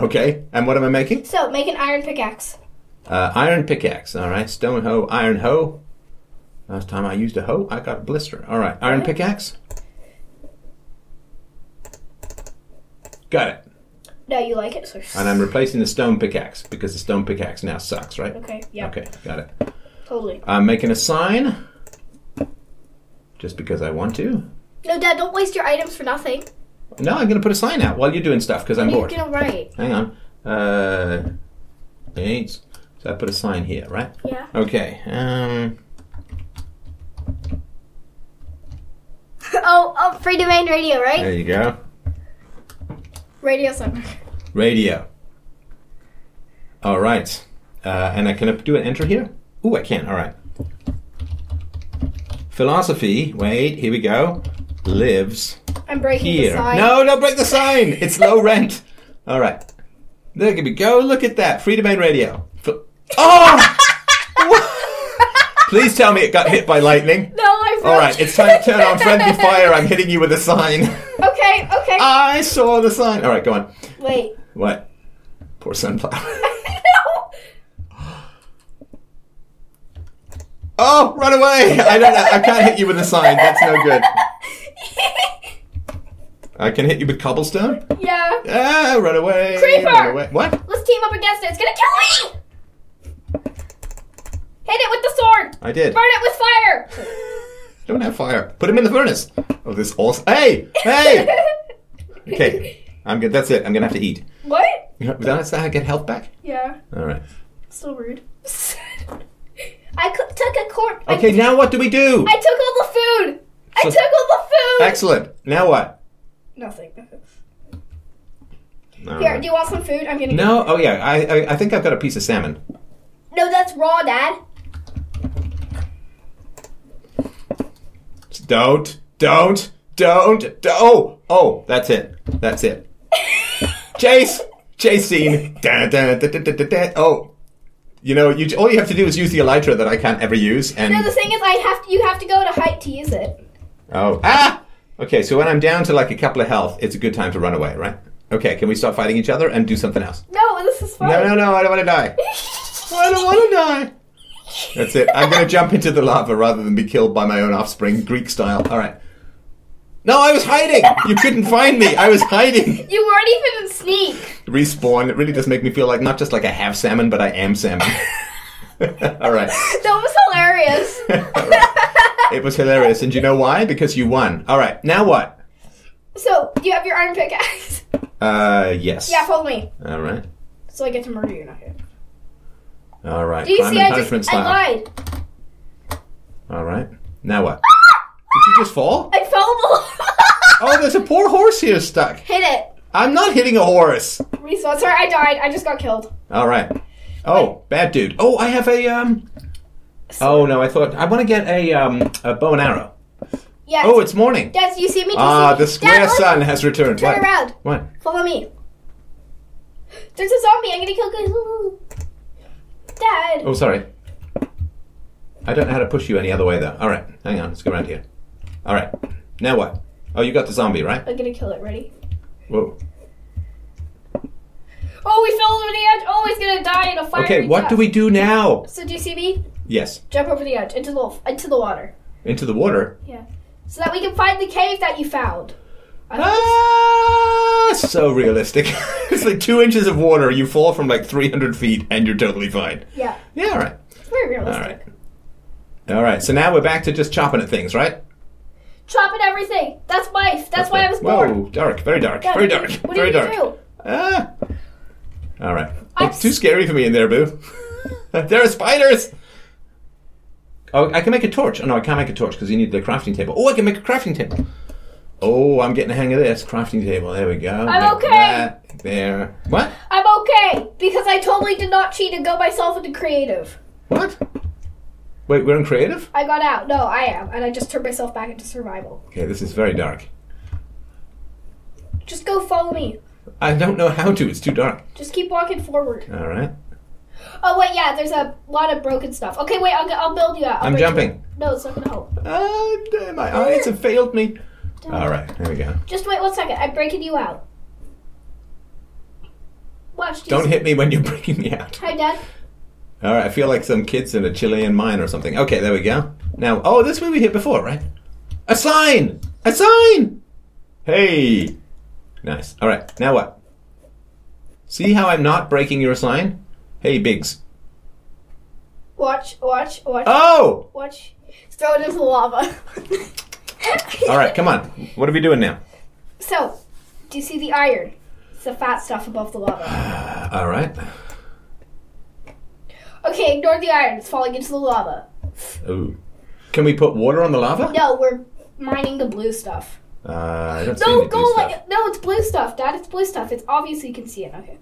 B: Okay. And what am I making?
A: So make an iron pickaxe.
B: Uh, iron pickaxe. All right. Stone hoe. Iron hoe. Last time I used a hoe, I got a blister. All right. Iron pickaxe. Got it.
A: No, you like it. So
B: And I'm replacing the stone pickaxe because the stone pickaxe now sucks, right?
A: okay. Yeah.
B: Okay. Got it.
A: Totally.
B: I'm making a sign. Just because I want to.
A: No, Dad, don't waste your items for nothing.
B: No, I'm going to put a sign out while you're doing stuff because I'm
A: You're
B: bored.
A: gonna write.
B: Hang on. Uh, eight. So I put a sign here, right?
A: Yeah. <laughs>
B: Okay. Um,
A: oh, oh, free domain radio, right?
B: there you go.
A: Radio song.
B: Radio. All right. Uh, and I can I do an enter here? Ooh, I can. All right. Philosophy. Wait. Here we go. Lives
A: I'm breaking
B: here.
A: the sign.
B: No, don't break the sign. It's low rent. All right. There we go. Look at that. Free domain radio. Ph-
A: <laughs>
B: Oh! Please tell me it got hit by lightning.
A: No, I.
B: All right, it's time to turn on friendly Ah. fire. I'm hitting you with a sign.
A: <laughs> okay. Okay.
B: I saw the sign. All right, go on.
A: wait. <laughs>
B: What? Poor sunflower. <laughs>
A: no.
B: Oh, run away! I don't. I can't hit you with a sign. That's no good. I can hit you with cobblestone.
A: yeah.
B: Ah, run away! Run
A: Creeper!
B: away. What?
A: Let's team up against it. It's gonna kill me! Hit it with the sword!
B: I did.
A: Burn it with fire!
B: Don't have fire. Put him in the furnace. Oh, this awesome. Hey, hey. Okay, I'm good. That's it. I'm gonna have to eat.
A: <laughs> what?
B: That's how I get health back.
A: Yeah,
B: All right.
A: so rude. <laughs> I cou- took a corn.
B: Okay,
A: I,
B: now what do we do?
A: I took all the food! I
B: So-
A: took all the food!
B: Excellent. Now what?
A: Nothing. Okay.
B: All
A: Here,
B: right.
A: do you want some food? I'm gonna.
B: No. Oh yeah. I, I I think I've got a piece of salmon.
A: No, that's raw, Dad.
B: Don't. Don't. Don't. don't. Oh. Oh. That's it. That's it. Chase. Chase scene. Da, da, da, da, da, da, da. Oh. You know, you all you have to do is use the elytra that I can't ever use, and
A: No, the thing is, I have to. You have to go to height to use it.
B: oh ah. Okay, so when I'm down to like a couple of health, it's a good time to run away, right? Okay, can we stop fighting each other and do something else?
A: No, this is fun.
B: No, no, no! I don't want to die. I don't want to die. That's it. I'm going to jump into the lava rather than be killed by my own offspring, Greek style. All right. No, I was hiding. You couldn't find me. I was hiding.
A: You weren't even in sneak.
B: Respawn. It really does make me feel like not just like I have salmon, but I am salmon. <laughs> All right.
A: That was hilarious.
B: All <laughs> right. It was hilarious, and you know why? Because you won. All right. Now what?
A: so, do you have your iron pickaxe? <laughs>
B: Uh, yes.
A: yeah, follow me.
B: All right.
A: So I get to murder you, not hit.
B: All right.
A: Do you
B: Crime
A: see?
B: and
A: I
B: punishment
A: just I
B: style.
A: lied.
B: All right. Now what? Did you just fall?
A: I fell below. <laughs>
B: Oh, there's a poor horse here stuck.
A: Hit it.
B: I'm not hitting a horse.
A: Respawn. Sorry, I died. I just got killed.
B: All right. Oh, bad dude. Oh, I have a um. Oh no, I thought I want to get a um a bow and arrow.
A: Yes.
B: Oh, it's morning.
A: Dad, do you see me? Do you
B: Ah,
A: see me?
B: the square
A: Dad, look,
B: sun has returned.
A: Turn
B: What?
A: around.
B: What?
A: Follow me. There's a zombie. I'm gonna kill. Dad.
B: Oh, sorry. I don't know how to push you any other way though. All right, hang on. Let's go around here. All right. Now what? Oh, you got the zombie right?
A: I'm gonna kill it. Ready?
B: Whoa.
A: Oh, we fell over the edge. Oh, he's gonna die in a fire.
B: Okay, what do we do now?
A: So do you see me?
B: Yes,
A: Jump over the edge into the into the water,
B: into the water.
A: so that we can find the cave that you found.
B: Ah, so realistic. <laughs> it's like two inches of water. You fall from like 300 feet, and you're totally fine.
A: Yeah,
B: Yeah, all right.
A: it's very realistic.
B: All right. All right. So now we're back to just chopping at things, right?
A: Chopping everything. That's life. That's why I was born.
B: Whoa, dark, very dark,
A: Dad,
B: very
A: what
B: dark,
A: do you- What
B: very
A: do you
B: dark.
A: do?
B: Ah. All right.
A: I'm
B: It's too
A: s-
B: scary for me in there, Boo. <laughs> there are spiders. Oh, I can make a torch. Oh no, I can't make a torch because you need the crafting table. Oh, I can make a crafting table. Oh, I'm getting the hang of this crafting table. There we go.
A: I'm
B: Make
A: okay.
B: that there. What?
A: I'm okay because I totally did not cheat and go myself into creative.
B: What? Wait, we're in creative.
A: I got out. No, I am, and I just turned myself back into survival.
B: Okay, this is very dark.
A: Just go follow me.
B: I don't know how to. It's too dark.
A: Just keep walking forward.
B: All right.
A: Oh wait, yeah. There's a lot of broken stuff. Okay, wait. I'll, I'll build you up. I'll
B: I'm
A: build you up.
B: jumping.
A: No, it's not gonna help.
B: Ah, my eyes have failed me. All right, there we go.
A: Just wait one second. I'm breaking you out. Watch. do you
B: Don't hit me when you're <laughs> breaking me out.
A: see- Hi, Dad.
B: All right, I feel like some kids in a Chilean mine or something. Okay, there we go. Now, oh, this we hit before, right? A sign! A sign! Hey! Nice. All right, now what? See how I'm not breaking your sign? Hey, Biggs.
A: Watch. Watch. Watch.
B: Oh!
A: Watch. Throw it into the lava. <laughs>
B: All right, come on. What are we doing now?
A: So, do you see the iron? It's the fat stuff above the lava.
B: Uh, all right.
A: Okay, ignore the iron. It's falling into the lava.
B: Ooh. Can we put water on the lava?
A: No, we're mining the blue stuff.
B: Uh, I don't see
A: No,
B: any
A: go
B: blue stuff.
A: like no. It's blue stuff, Dad. It's blue stuff. It's obvious you can see it. Okay.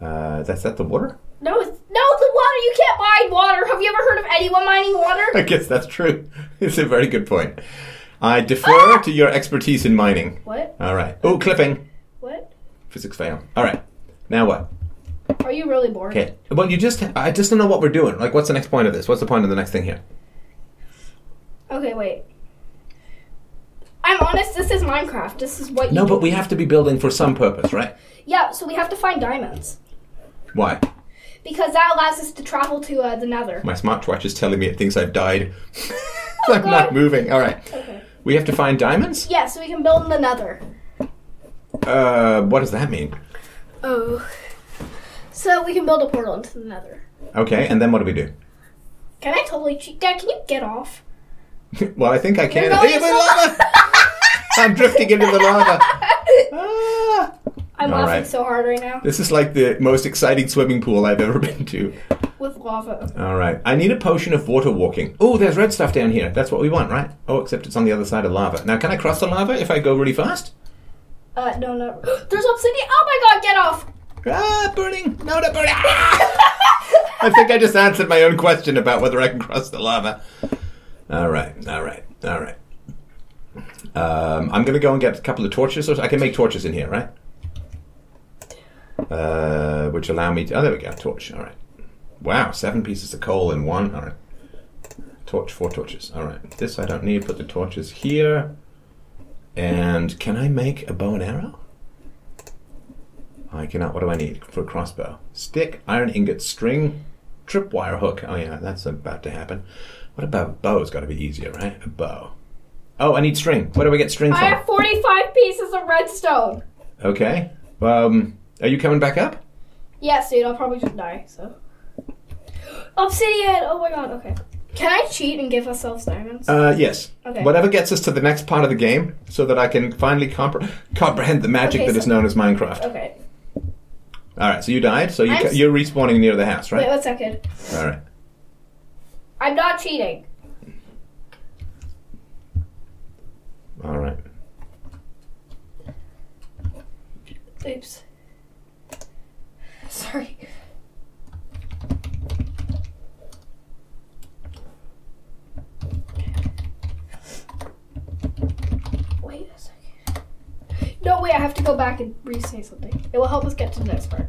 B: Uh, that's that the water? <laughs>
A: No, it's no the water. You can't mine water. Have you ever heard of anyone mining water?
B: I guess that's true. <laughs> It's a very good point. I defer
A: Ah!
B: to your expertise in mining.
A: What?
B: All right. Oh, clipping.
A: What?
B: Physics fail. All right. Now what?
A: Are you really bored?
B: Okay. Well, you just. I just don't know what we're doing. Like, what's the next point of this? What's the point of the next thing here?
A: Okay, wait. I'm honest, this is Minecraft. This is what you
B: No,
A: do.
B: but we have to be building for some purpose, right?
A: Yeah, so we have to find diamonds.
B: Why?
A: Because that allows us to travel to uh, the nether.
B: My smartwatch is telling me it thinks I've died. <laughs> I'm not
A: God.
B: moving. All right.
A: Okay.
B: We have to find diamonds.
A: Yeah, so we can build in the nether.
B: Uh, what does that mean?
A: Oh. So we can build a portal into the nether.
B: Okay, and then what do we do? <laughs>
A: Can I totally cheat? Dad, can you get off?
B: well, I think I can.
A: You're
B: <laughs>
A: going
B: Hey, the
A: so-
B: lava! I'm drifting into the lava. Ah.
A: I'm
B: All
A: laughing
B: right.
A: so hard right now.
B: This is like the most exciting swimming pool I've ever been to.
A: With lava.
B: All right. I need a potion of water walking. Oh, there's red stuff down here. That's what we want, right? Oh, except it's on the other side of lava. Now, can I cross the lava if I go really fast?
A: Uh, no, no. <gasps> There's obsidian! Oh my god, get off!
B: Ah, burning! No, no, burning! Ah! <laughs> I think I just answered my own question about whether I can cross the lava. All right, all right, all right. Um, I'm going to go and get a couple of torches. Or I can make torches in here, right? Uh, which allow me to. Oh, there we go. Torch. All right. Wow, seven pieces of coal in one. All right. Torch, four torches. All right. This I don't need. Put the torches here. And can I make a bow and arrow? I cannot. What do I need for a crossbow? Stick, iron ingot, string, tripwire hook. Oh yeah, that's about to happen. What about a bow? It's got to be easier, right? A bow. Oh, I need string. Where do I get string
A: I have
B: from?
A: 45 pieces of redstone.
B: Okay. Um, are you coming back up?
A: Yes, dude, I'll probably just die, so. <gasps> Obsidian! Oh my god, okay. Can I cheat and give ourselves diamonds?
B: Uh, yes.
A: Okay.
B: Whatever gets us to the next part of the game, so that I can finally compre- comprehend the magic
A: Okay,
B: that is
A: so-
B: known as Minecraft.
A: okay.
B: All right, so you died. So you
A: I'm
B: ca-
A: s-
B: you're respawning near the house,
A: Wait
B: right?
A: one second.
B: All right.
A: I'm not cheating.
B: All right.
A: Oops. Sorry. Wait a second. No, wait, I have to go back and re say something. It will help us get to the next part.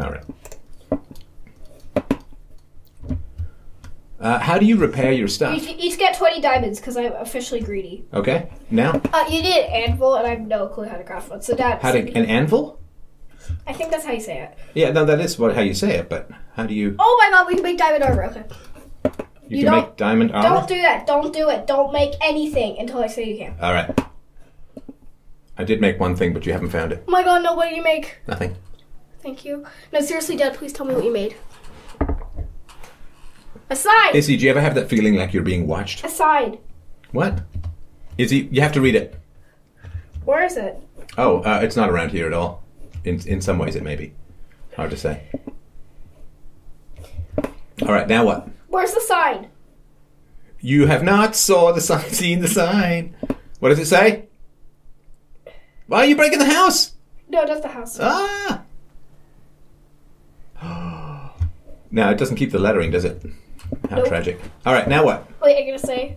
B: All right. Uh, how do you repair your
A: You
B: stuff?
A: can each get 20 diamonds because I'm officially greedy.
B: Okay. Now,
A: Uh, you need an anvil, and I have no clue how to craft one. So that's.
B: how to an anvil?
A: I think that's how you say it.
B: Yeah, no, that is what how you say it. But how do you
A: Oh my god, we can make diamond armor. Okay.
B: you,
A: You
B: can
A: don't-
B: make diamond armor?
A: Don't do that. Don't do it. Don't make anything until I say you can.
B: All right. I did make one thing, but you haven't found it.
A: Oh my god, no, what did you make?
B: Nothing.
A: Thank you. No, seriously, Dad, please tell me what you made. A sign!
B: Izzy, do you ever have that feeling like you're being watched?
A: a sign.
B: What? Izzy, you have to read it.
A: Where is it?
B: Oh, uh, it's not around here at all. In in some ways, it may be. Hard to say. All right, now what?
A: Where's the sign?
B: You have not saw the sign, <laughs> seen the sign. What does it say? Why are you breaking the house?
A: No, that's the house.
B: Ah! <gasps> no, it doesn't keep the lettering, does it? How
A: Nope.
B: tragic. All right, now what?
A: Wait, I'm gonna say.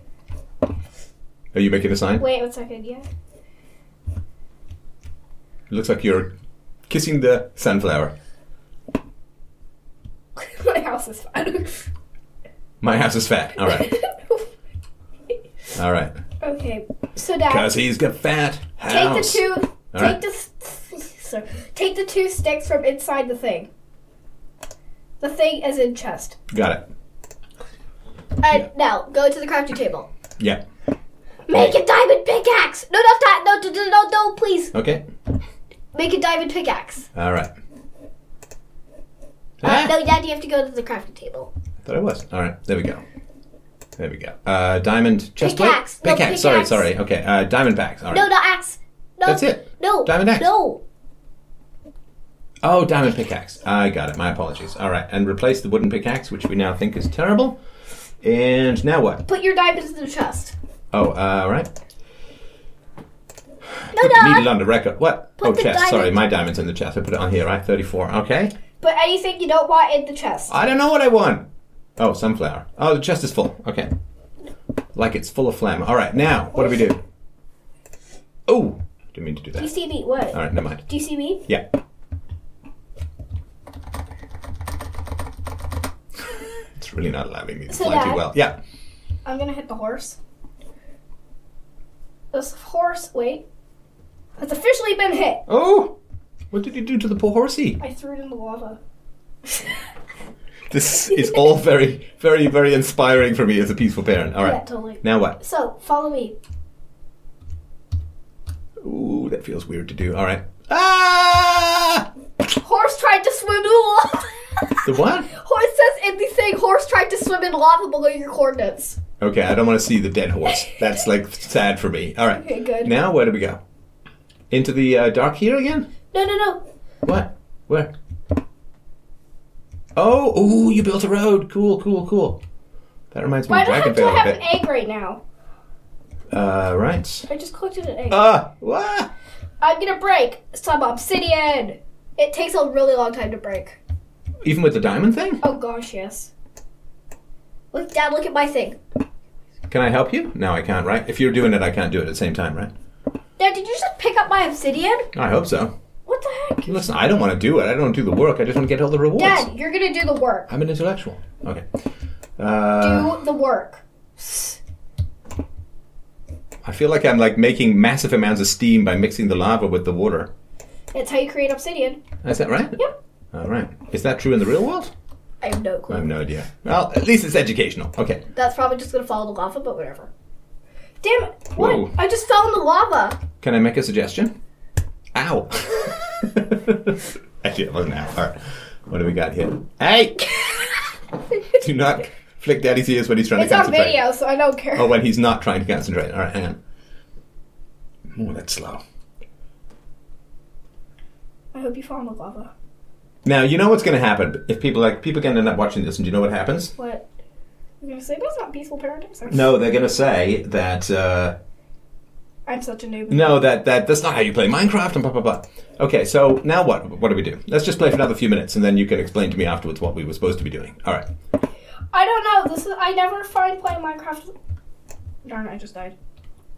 B: Are you making a sign?
A: Wait one second, yeah? <laughs>
B: It looks like you're kissing the sunflower.
A: My house is fine. <laughs>
B: My house is fat. All right, all right.
A: okay, so Dad,
B: Cause he's got fat
A: take the
B: house.
A: two.
B: All
A: take
B: right.
A: the. <laughs> s- Sorry. Take the two sticks from inside the thing. The thing is in chest.
B: Got it.
A: And now, go to the crafting table.
B: Yeah.
A: Make a diamond pickaxe! No, no, di- no, no, no, no, please!
B: Okay.
A: Make a diamond pickaxe.
B: All right.
A: Uh,
B: Ah!
A: no, Dad, you have to go to the crafting table.
B: Thought I was. All right, there we go. There we go. Uh, diamond chest plate?
A: Pickaxe. No,
B: Pickaxe. Sorry,
A: pickaxe.
B: sorry. Okay. Uh, diamond packs. All right.
A: No, not axe. No,
B: That's it.
A: No,
B: Diamond axe.
A: No,
B: Oh, diamond pickaxe. I got it. My apologies. All right, and replace the wooden pickaxe, which we now think is terrible. And now what?
A: put your diamonds in the chest.
B: Oh, uh, all right.
A: No,
B: Put the
A: no.
B: needle on the record. What?
A: Put
B: oh,
A: the
B: chest. Sorry,
A: diamond-
B: my diamond's in the chest. I put it on here, right? 34. Okay.
A: Put anything you don't want in the chest.
B: I don't know what I want. Oh, sunflower. Oh, the chest is full. Okay. Like it's full of phlegm. All right, now, what do we do? Oh, didn't mean to do
A: Do you
B: that.
A: see me? What?
B: All right, never mind.
A: Do you see me?
B: Yeah. <laughs> it's really not allowing me to
A: So
B: fly too
A: Dad-
B: well. Yeah.
A: I'm gonna hit the horse. This horse, wait, has officially been hit.
B: Oh, what did you do to the poor horsey?
A: I threw it in the lava. <laughs>
B: This is all very, very, very inspiring for me as a peaceful parent. All
A: Yeah,
B: right.
A: totally.
B: Now what?
A: So follow me.
B: Ooh, that feels weird to do. All right. Ah!
A: Horse tried to swim in the lava. <laughs>
B: The what?
A: Horse says in the thing, horse tried to swim in lava below your coordinates.
B: Okay, I don't want to see the dead
A: <laughs>
B: horse. That's like sad for me. All right.
A: Okay, good.
B: Now where do we go? Into the uh, dark here again?
A: No, no, no.
B: What? Where? Oh, ooh, you built a road. Cool, cool, cool. That reminds me
A: Why
B: of
A: do I have to
B: Dragonvale a
A: have an
B: bit.
A: egg right now?
B: Uh, right.
A: I just clicked on an egg.
B: Ah, wah.
A: I'm gonna break some obsidian. It takes a really long time to break.
B: Even with the diamond thing?
A: Oh gosh, yes. Look, Dad, look at my thing.
B: Can I help you? No, I can't, right? If you're doing it, I can't do it at the same time, right?
A: Dad, did you just pick up my obsidian?
B: I hope so.
A: What the heck?
B: Listen, I don't want to do it. I don't want to do the work. I just want to get all the rewards.
A: Dad, you're gonna do the work.
B: I'm an intellectual. Okay.
A: Do
B: Uh,
A: the work.
B: I feel like I'm like making massive amounts of steam by mixing the lava with the water.
A: That's how you create obsidian.
B: Is that right?
A: Yep.
B: All right. Is that true in the real world?
A: I have no
B: I
A: clue.
B: have no idea. Well, at least it's educational. Okay.
A: That's probably just gonna follow the lava, but whatever. Damn it! What?
B: Whoa.
A: I just fell in the lava.
B: Can I make a suggestion? Ow. <laughs> Actually, it wasn't ow. All right. What do we got here? Hey!
A: <laughs>
B: Do not flick daddy's ears when he's trying
A: It's
B: to
A: on
B: concentrate.
A: video, so I don't care.
B: Oh, when he's not trying to concentrate. All right, hang on. Oh, that's slow.
A: I hope you fall in the lava.
B: Now you know what's going to happen if people like people going to end up watching this, and do you know what happens?
A: What? You're gonna say that's not peaceful parenting?
B: No, they're going to say that uh,
A: I'm such a noob.
B: no, that that that's not how you play Minecraft and blah blah blah. Okay, so now what? What do we do? Let's just play for another few minutes, and then you can explain to me afterwards what we were supposed to be doing. All right.
A: I don't know. This is. I never find playing Minecraft. Darn! I just died.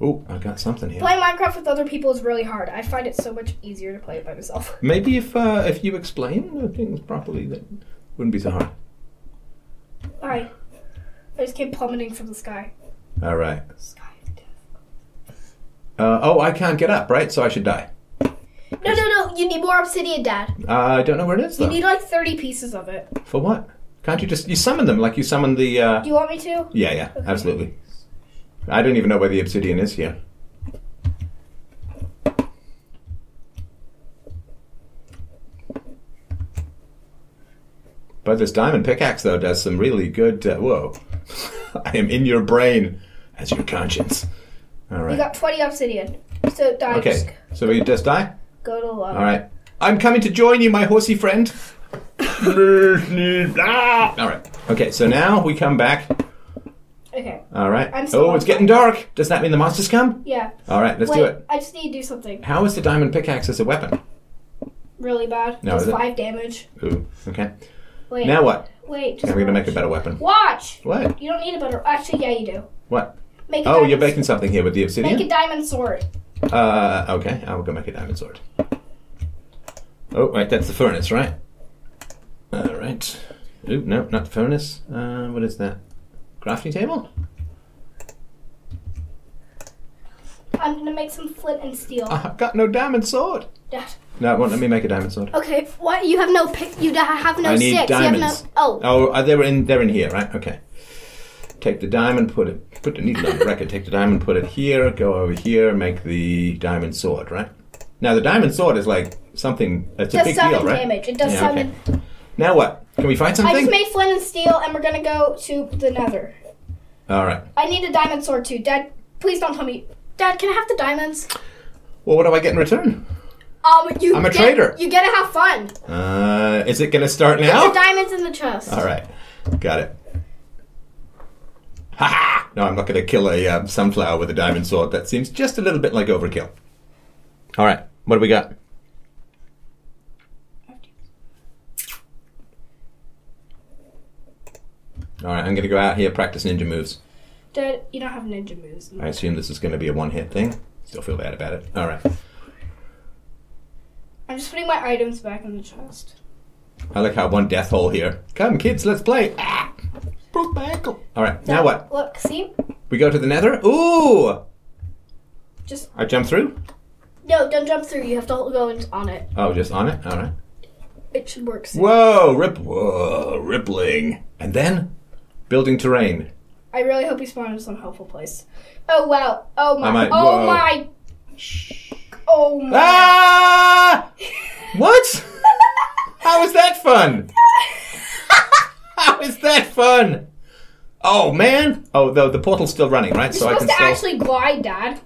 B: Oh, I got something here.
A: Playing Minecraft with other people is really hard. I find it so much easier to play it by myself. <laughs>
B: Maybe if uh, if you explain things properly, that wouldn't be so hard.
A: Hi. I just came plummeting from the sky.
B: All right.
A: Sky of death.
B: Uh, oh, I can't get up, right? So I should die.
A: No, no, no. You need more obsidian, Dad.
B: Uh, I don't know where it is
A: You
B: though.
A: need like 30 pieces of it.
B: For what? Can't you just you summon them like you summon the? Uh...
A: Do you want me to?
B: Yeah, yeah, absolutely. I don't even know where the obsidian is here. But this diamond pickaxe though does some really good. Uh, whoa, <laughs> I am in your brain as your conscience. All
A: You
B: right.
A: got 20 obsidian. So, die. Just
B: Okay. So we just die.
A: go to love.
B: All right. I'm coming to join you, my horsey friend. Ah! All right. Okay. So now we come back.
A: Okay.
B: All right.
A: I'm still
B: Oh, it's
A: on-
B: getting dark. Does that mean the monsters come?
A: Yeah.
B: All right. Let's
A: Wait,
B: do it.
A: I just need to do something
B: How is the diamond pickaxe as a weapon?
A: really bad.
B: No,
A: Just
B: is it?
A: 5 damage.
B: Ooh. Okay.
A: Wait.
B: Now what?
A: Wait. Just
B: Okay, we're gonna make a
A: watch.
B: better weapon.
A: Watch!
B: What?
A: You don't need a better. Actually, yeah, you do.
B: What?
A: Make a
B: Oh,
A: diamond,
B: you're making something here with the
A: Make
B: obsidian.
A: a diamond sword.
B: Uh. Okay. I will go make a diamond sword. Oh, right. That's the furnace, right? All right. Ooh, no, not the furnace. Uh, what is that? Crafting table.
A: I'm gonna make some flint and steel.
B: Ah, I've got no diamond sword.
A: Dad.
B: No, it won't let me make a diamond sword.
A: Okay, what? You have no pick. You have no
B: I need
A: sticks. You have
B: diamonds.
A: no. Oh.
B: Oh, uh, they were in. They're in here, right? Okay. Take the diamond. Put it. Put the needle on the record. Take the diamond. Put it here. Go over here. Make the diamond sword, right? Now the diamond sword is like something. It's a
A: does
B: big
A: summon
B: deal, right?
A: damage. It does
B: Yeah,
A: summon.
B: okay. Now what? Can we find
A: I
B: something?
A: just made flint and steel, and we're gonna go to the Nether.
B: All right.
A: I need a diamond sword too, Dad. Please don't tell me, Dad. Can I have the diamonds?
B: Well, what do I get in return?
A: Um, you.
B: I'm a
A: get-
B: traitor.
A: You gotta have fun.
B: Uh, is it gonna start
A: The
B: now?
A: diamonds in the chest.
B: All right. Got it. Ha ha! No, I'm not going to kill a um, sunflower with a diamond sword. That seems just a little bit like overkill. All right. What do we got? All right, I'm going to go out here practice ninja moves.
A: Dad, you don't have ninja moves.
B: I assume this is going to be a one-hit thing. Still feel bad about it. All right,
A: I'm just putting my items back in the chest.
B: I like how one death hole here. Come, kids, let's play. Ah, broke my ankle. All right, now what?
A: Look, see?
B: We go to the Nether. Ooh,
A: Just
B: I jump through.
A: no, don't jump through. You have to go in on it.
B: Oh, just on it. All right.
A: It should work. Soon.
B: Whoa, rip, whoa, rippling. And then building terrain.
A: I really hope you spawn in some helpful place. Oh wow! Oh my!
B: I might-
A: oh
B: whoa.
A: my! Oh my!
B: Ah!
A: <laughs>
B: What? How is that fun? How is that fun? Oh man! Oh, though the portal's still running, right?
A: You're supposed to actually glide, Dad.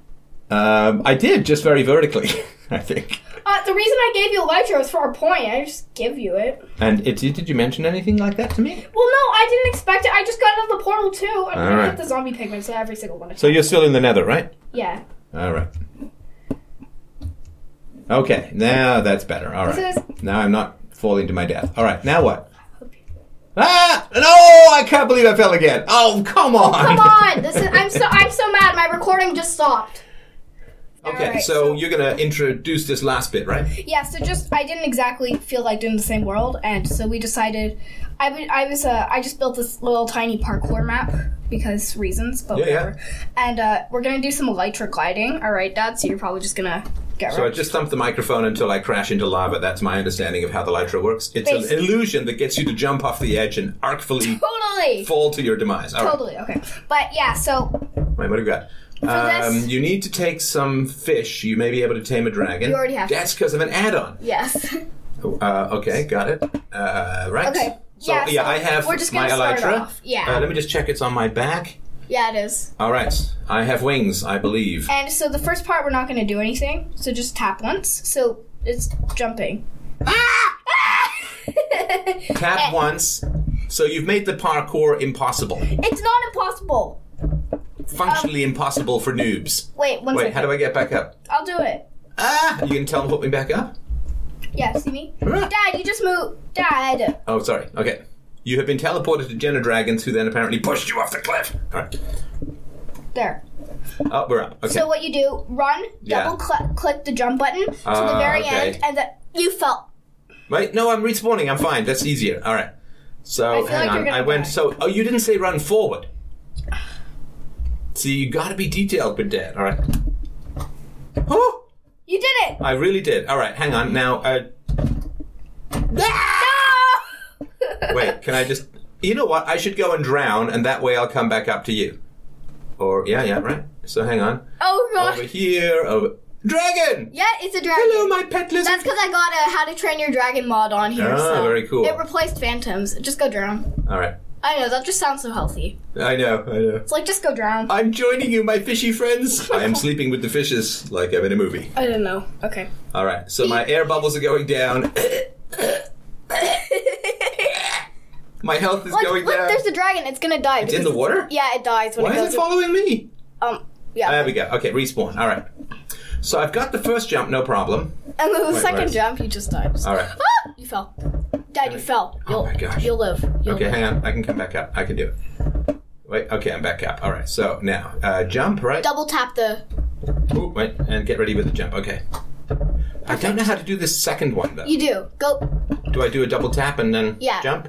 B: Um, I did just very vertically, <laughs> I think.
A: Uh, the reason I gave you Elytra was for a point. I just give you it.
B: And it, did you mention anything like that to me?
A: Well, no, I didn't expect it. I just got out of the portal too. I'm gonna
B: Alright.
A: get the zombie pigments in every single one. Of
B: So you're still in the Nether, right?
A: yeah.
B: All right. Okay, now that's better. All right.
A: This is.
B: Now I'm not falling to my death. All right, now what? Ah! No! I can't believe I fell again. Oh, come on!
A: Come on! This is. I'm so. I'm so mad. My recording just stopped.
B: <laughs> okay,
A: Alright,
B: so, you're gonna introduce this last bit, right?
A: Yeah. So just I didn't exactly feel like doing the same world, and so we decided. I, w- I was uh, I just built this little tiny parkour map because reasons, but
B: Yeah, yeah.
A: whatever. And uh, we're gonna do some elytra gliding. All right, Dad. So you're probably just gonna get
B: So I
A: right.
B: just thump the microphone until I crash into lava. That's my understanding of how the Lytra works. It's an
A: Basically.
B: illusion that gets you to jump off the edge and artfully
A: Totally.
B: fall to your demise. All right.
A: Totally okay, but yeah. So
B: Wait, what do we got? Um,
A: this-
B: you need to take some fish. You may be able to tame a dragon.
A: You already have to.
B: That's because of an add-on.
A: yes, <laughs>
B: Uh, okay, got it. Uh, right.
A: Okay,
B: So
A: yeah,
B: yeah,
A: so
B: I have
A: we're just
B: my
A: gonna start
B: elytra.
A: off, yeah.
B: Uh, let me just check it's on my back.
A: yeah, it is.
B: All right. I have wings, I believe.
A: And so the first part, we're not going to do anything. So just tap once. So it's jumping. Ah!
B: Tap once. So you've made the parkour impossible,
A: <laughs> It's not impossible. Um,
B: functionally impossible for noobs.
A: Wait, one
B: Wait, how do I get back up?
A: I'll do it.
B: Ah! You can tell them to put me back up.
A: Yeah,
B: <laughs>
A: see me?
B: Ah.
A: Dad, you just moved. Dad.
B: Oh, sorry. Okay. You have been teleported to Jenna Dragons, who then apparently pushed you off the cliff. All right.
A: There.
B: Oh, we're up. Okay.
A: So what you do, run,
B: Yeah.
A: double cl- click the jump button to the
B: Ah,
A: very
B: okay.
A: end, and then you fell.
B: Wait, no, I'm respawning. I'm fine. That's easier. All right. So
A: feel
B: hang
A: like you're
B: on.
A: gonna
B: I went.
A: die.
B: So oh, you didn't say run forward. See, you got to be detailed with that. All right. Oh,
A: You did it!
B: I really did. All right. Hang on. Now, uh,
A: No!
B: <laughs> wait. Can I just? You know what? I should go and drown, and that way I'll come back up to you. Or yeah, yeah, right. So hang on.
A: <laughs> Oh god.
B: Over here. Over. Dragon.
A: Yeah, it's a dragon.
B: Hello, my pet lizard.
A: That's because I got a How to Train Your Dragon mod on here.
B: Ah,
A: so
B: very cool.
A: It replaced phantoms. Just go drown.
B: All right.
A: I know that just sounds so healthy.
B: I know. I know.
A: It's like just go drown. I,
B: I'm joining you, my fishy friends. I
A: <laughs>
B: am sleeping with the fishes, like I'm in a movie.
A: don't know.
B: <laughs>
A: Okay.
B: All right, so my air bubbles are going down. <laughs> my health is
A: Look,
B: going
A: look,
B: down.
A: there's a dragon. It's gonna die.
B: in
A: because
B: the water?
A: Yeah, it dies when
B: Why
A: it
B: is
A: goes.
B: it following me? Ah,
A: um. Yeah.
B: There we go. Okay, respawn. All right. So I've got the first jump, no problem.
A: and then the second
B: wait.
A: jump, you just died.
B: All right. Oh
A: Ah! You fell. Dad, you fell. You'll,
B: my gosh.
A: You'll live. You'll
B: Okay,
A: live.
B: hang on. I can come back up. I can do it. Wait. Okay, I'm back up. All right. So now uh, jump, right?
A: Double tap the.
B: Ooh, wait, and get ready with the jump. Okay. I don't know how to do this second one though.
A: You do. Go.
B: Do I do a double tap and then
A: Yeah.
B: jump?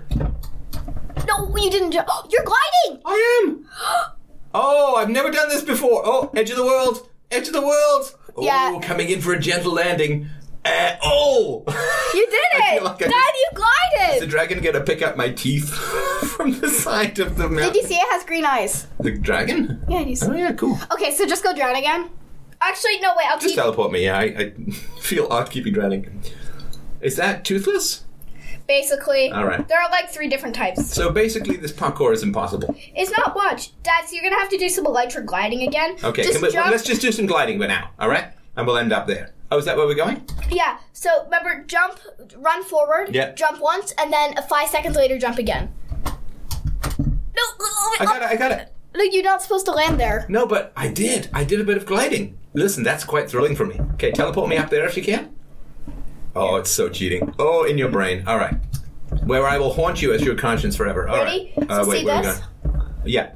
A: No, you didn't jump. you're gliding.
B: I am. <gasps> Oh, I've never done this before. Oh, edge of the world, edge of the world. Oh,
A: Yeah.
B: coming in for a gentle landing. Uh, oh,
A: You did
B: <laughs>
A: it,
B: I feel like I
A: Dad.
B: just-
A: You glided.
B: the dragon gonna pick up my teeth <laughs> from the side of the mountain.
A: Did you see it has green eyes?
B: The dragon?
A: Yeah, you see.
B: Oh yeah, cool.
A: Okay, so just go drown again. Actually, no, wait, I'll
B: Just
A: keep.
B: teleport me. Yeah, I, I <laughs> feel odd keeping drowning. Is that toothless?
A: Basically,
B: All right.
A: there are like three different types.
B: So basically, this parkour is impossible.
A: It's not watch. Dad, so you're gonna have to do some elytra gliding again.
B: Okay,
A: just
B: can we,
A: jump.
B: let's just do some gliding for now. All right, and we'll end up there. Oh, is that where we're going?
A: yeah, so remember, jump, run forward,
B: Yeah.
A: jump once, and then five seconds later, jump again. No,
B: I got it. I got it.
A: no, you're not supposed to land there.
B: No, but I did. I did a bit of gliding. Listen, that's quite thrilling for me. Okay, teleport me up there if you can. Oh, it's so cheating. Oh, in your brain. All right. Where I will haunt you as your conscience forever. All right. Uh,
A: Ready? So see
B: where are we
A: this?
B: going? Yeah.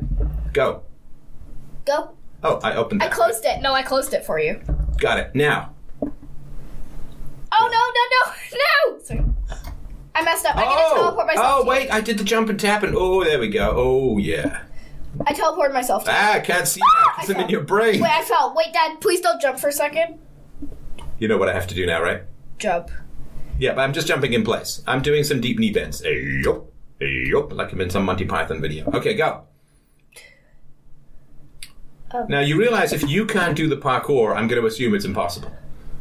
B: Go.
A: Go.
B: Oh, I opened
A: I
B: that.
A: closed it. No, I closed it for you.
B: Got it. Now.
A: Oh no, <laughs> no, no, no! Sorry. I messed up. I'm gonna
B: oh,
A: teleport myself.
B: oh
A: to you.
B: wait, I did the jump and tap and oh, there we go. Oh, yeah.
A: I teleported myself. To you.
B: Ah, I can't see now because
A: I
B: I'm in
A: fell.
B: your brain.
A: Wait, I fell. Wait, Dad, please don't jump for a second.
B: You know what I have to do now, right?
A: Jump.
B: Yeah, but I'm just jumping in place. I'm doing some deep knee bends. Yup. Yup. Like I'm in some Monty Python video. Okay, go.
A: Oh.
B: Now you realize if you can't do the parkour, I'm going to assume it's impossible.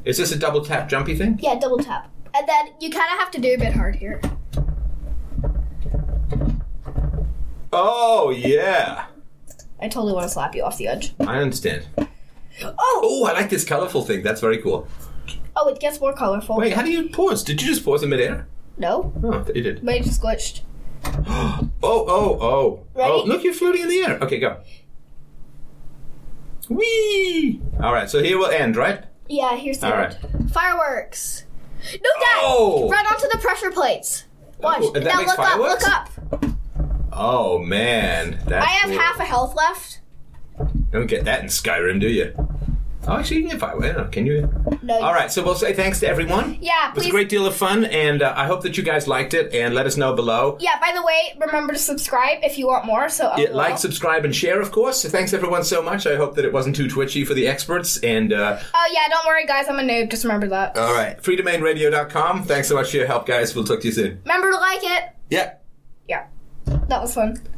B: Is this a double tap jumpy thing?
A: Yeah, double tap. And then you kind of have to do a bit hard here.
B: Oh yeah,
A: I totally want to slap you off the edge. <gasps>
B: I understand.
A: Oh!
B: Oh, I like this colorful thing. That's very cool.
A: Oh, it gets more colorful.
B: Wait, how do you pause? Did you just pause in midair?
A: No,
B: Oh, you did. <gasps>
A: but it just glitched.
B: Oh, oh, oh. Oh,
A: Ready?
B: look, you're floating in the air. Okay, go. Whee! All right, so here we'll end, right?
A: Yeah, here's the
B: All
A: end. Fireworks. No, Dad!
B: Oh!
A: Run onto the pressure plates. Watch.
B: Oh, and that
A: now
B: makes
A: look
B: fireworks?
A: up, look up.
B: Oh man, that's
A: I have
B: cool.
A: half a health left.
B: Don't get that in Skyrim, do you? Oh, actually, you can get five. I don't know, Can you?
A: No.
B: All right. So we'll say thanks to everyone.
A: Yeah,
B: It was
A: please.
B: a great deal of fun, and uh, I hope that you guys liked it. And let us know below.
A: Yeah, by the way, remember to subscribe if you want more. So,
B: Yeah,
A: LOL.
B: like, subscribe, and share, of course. So Thanks everyone so much. I hope that it wasn't too twitchy for the experts. And uh,
A: Oh, yeah, don't worry, guys. I'm a noob. Just remember that.
B: all right, freedomainradio.com. Thanks so much for your help, guys. We'll talk to you soon.
A: Remember to like it.
B: Yeah.
A: Yeah. That was fun.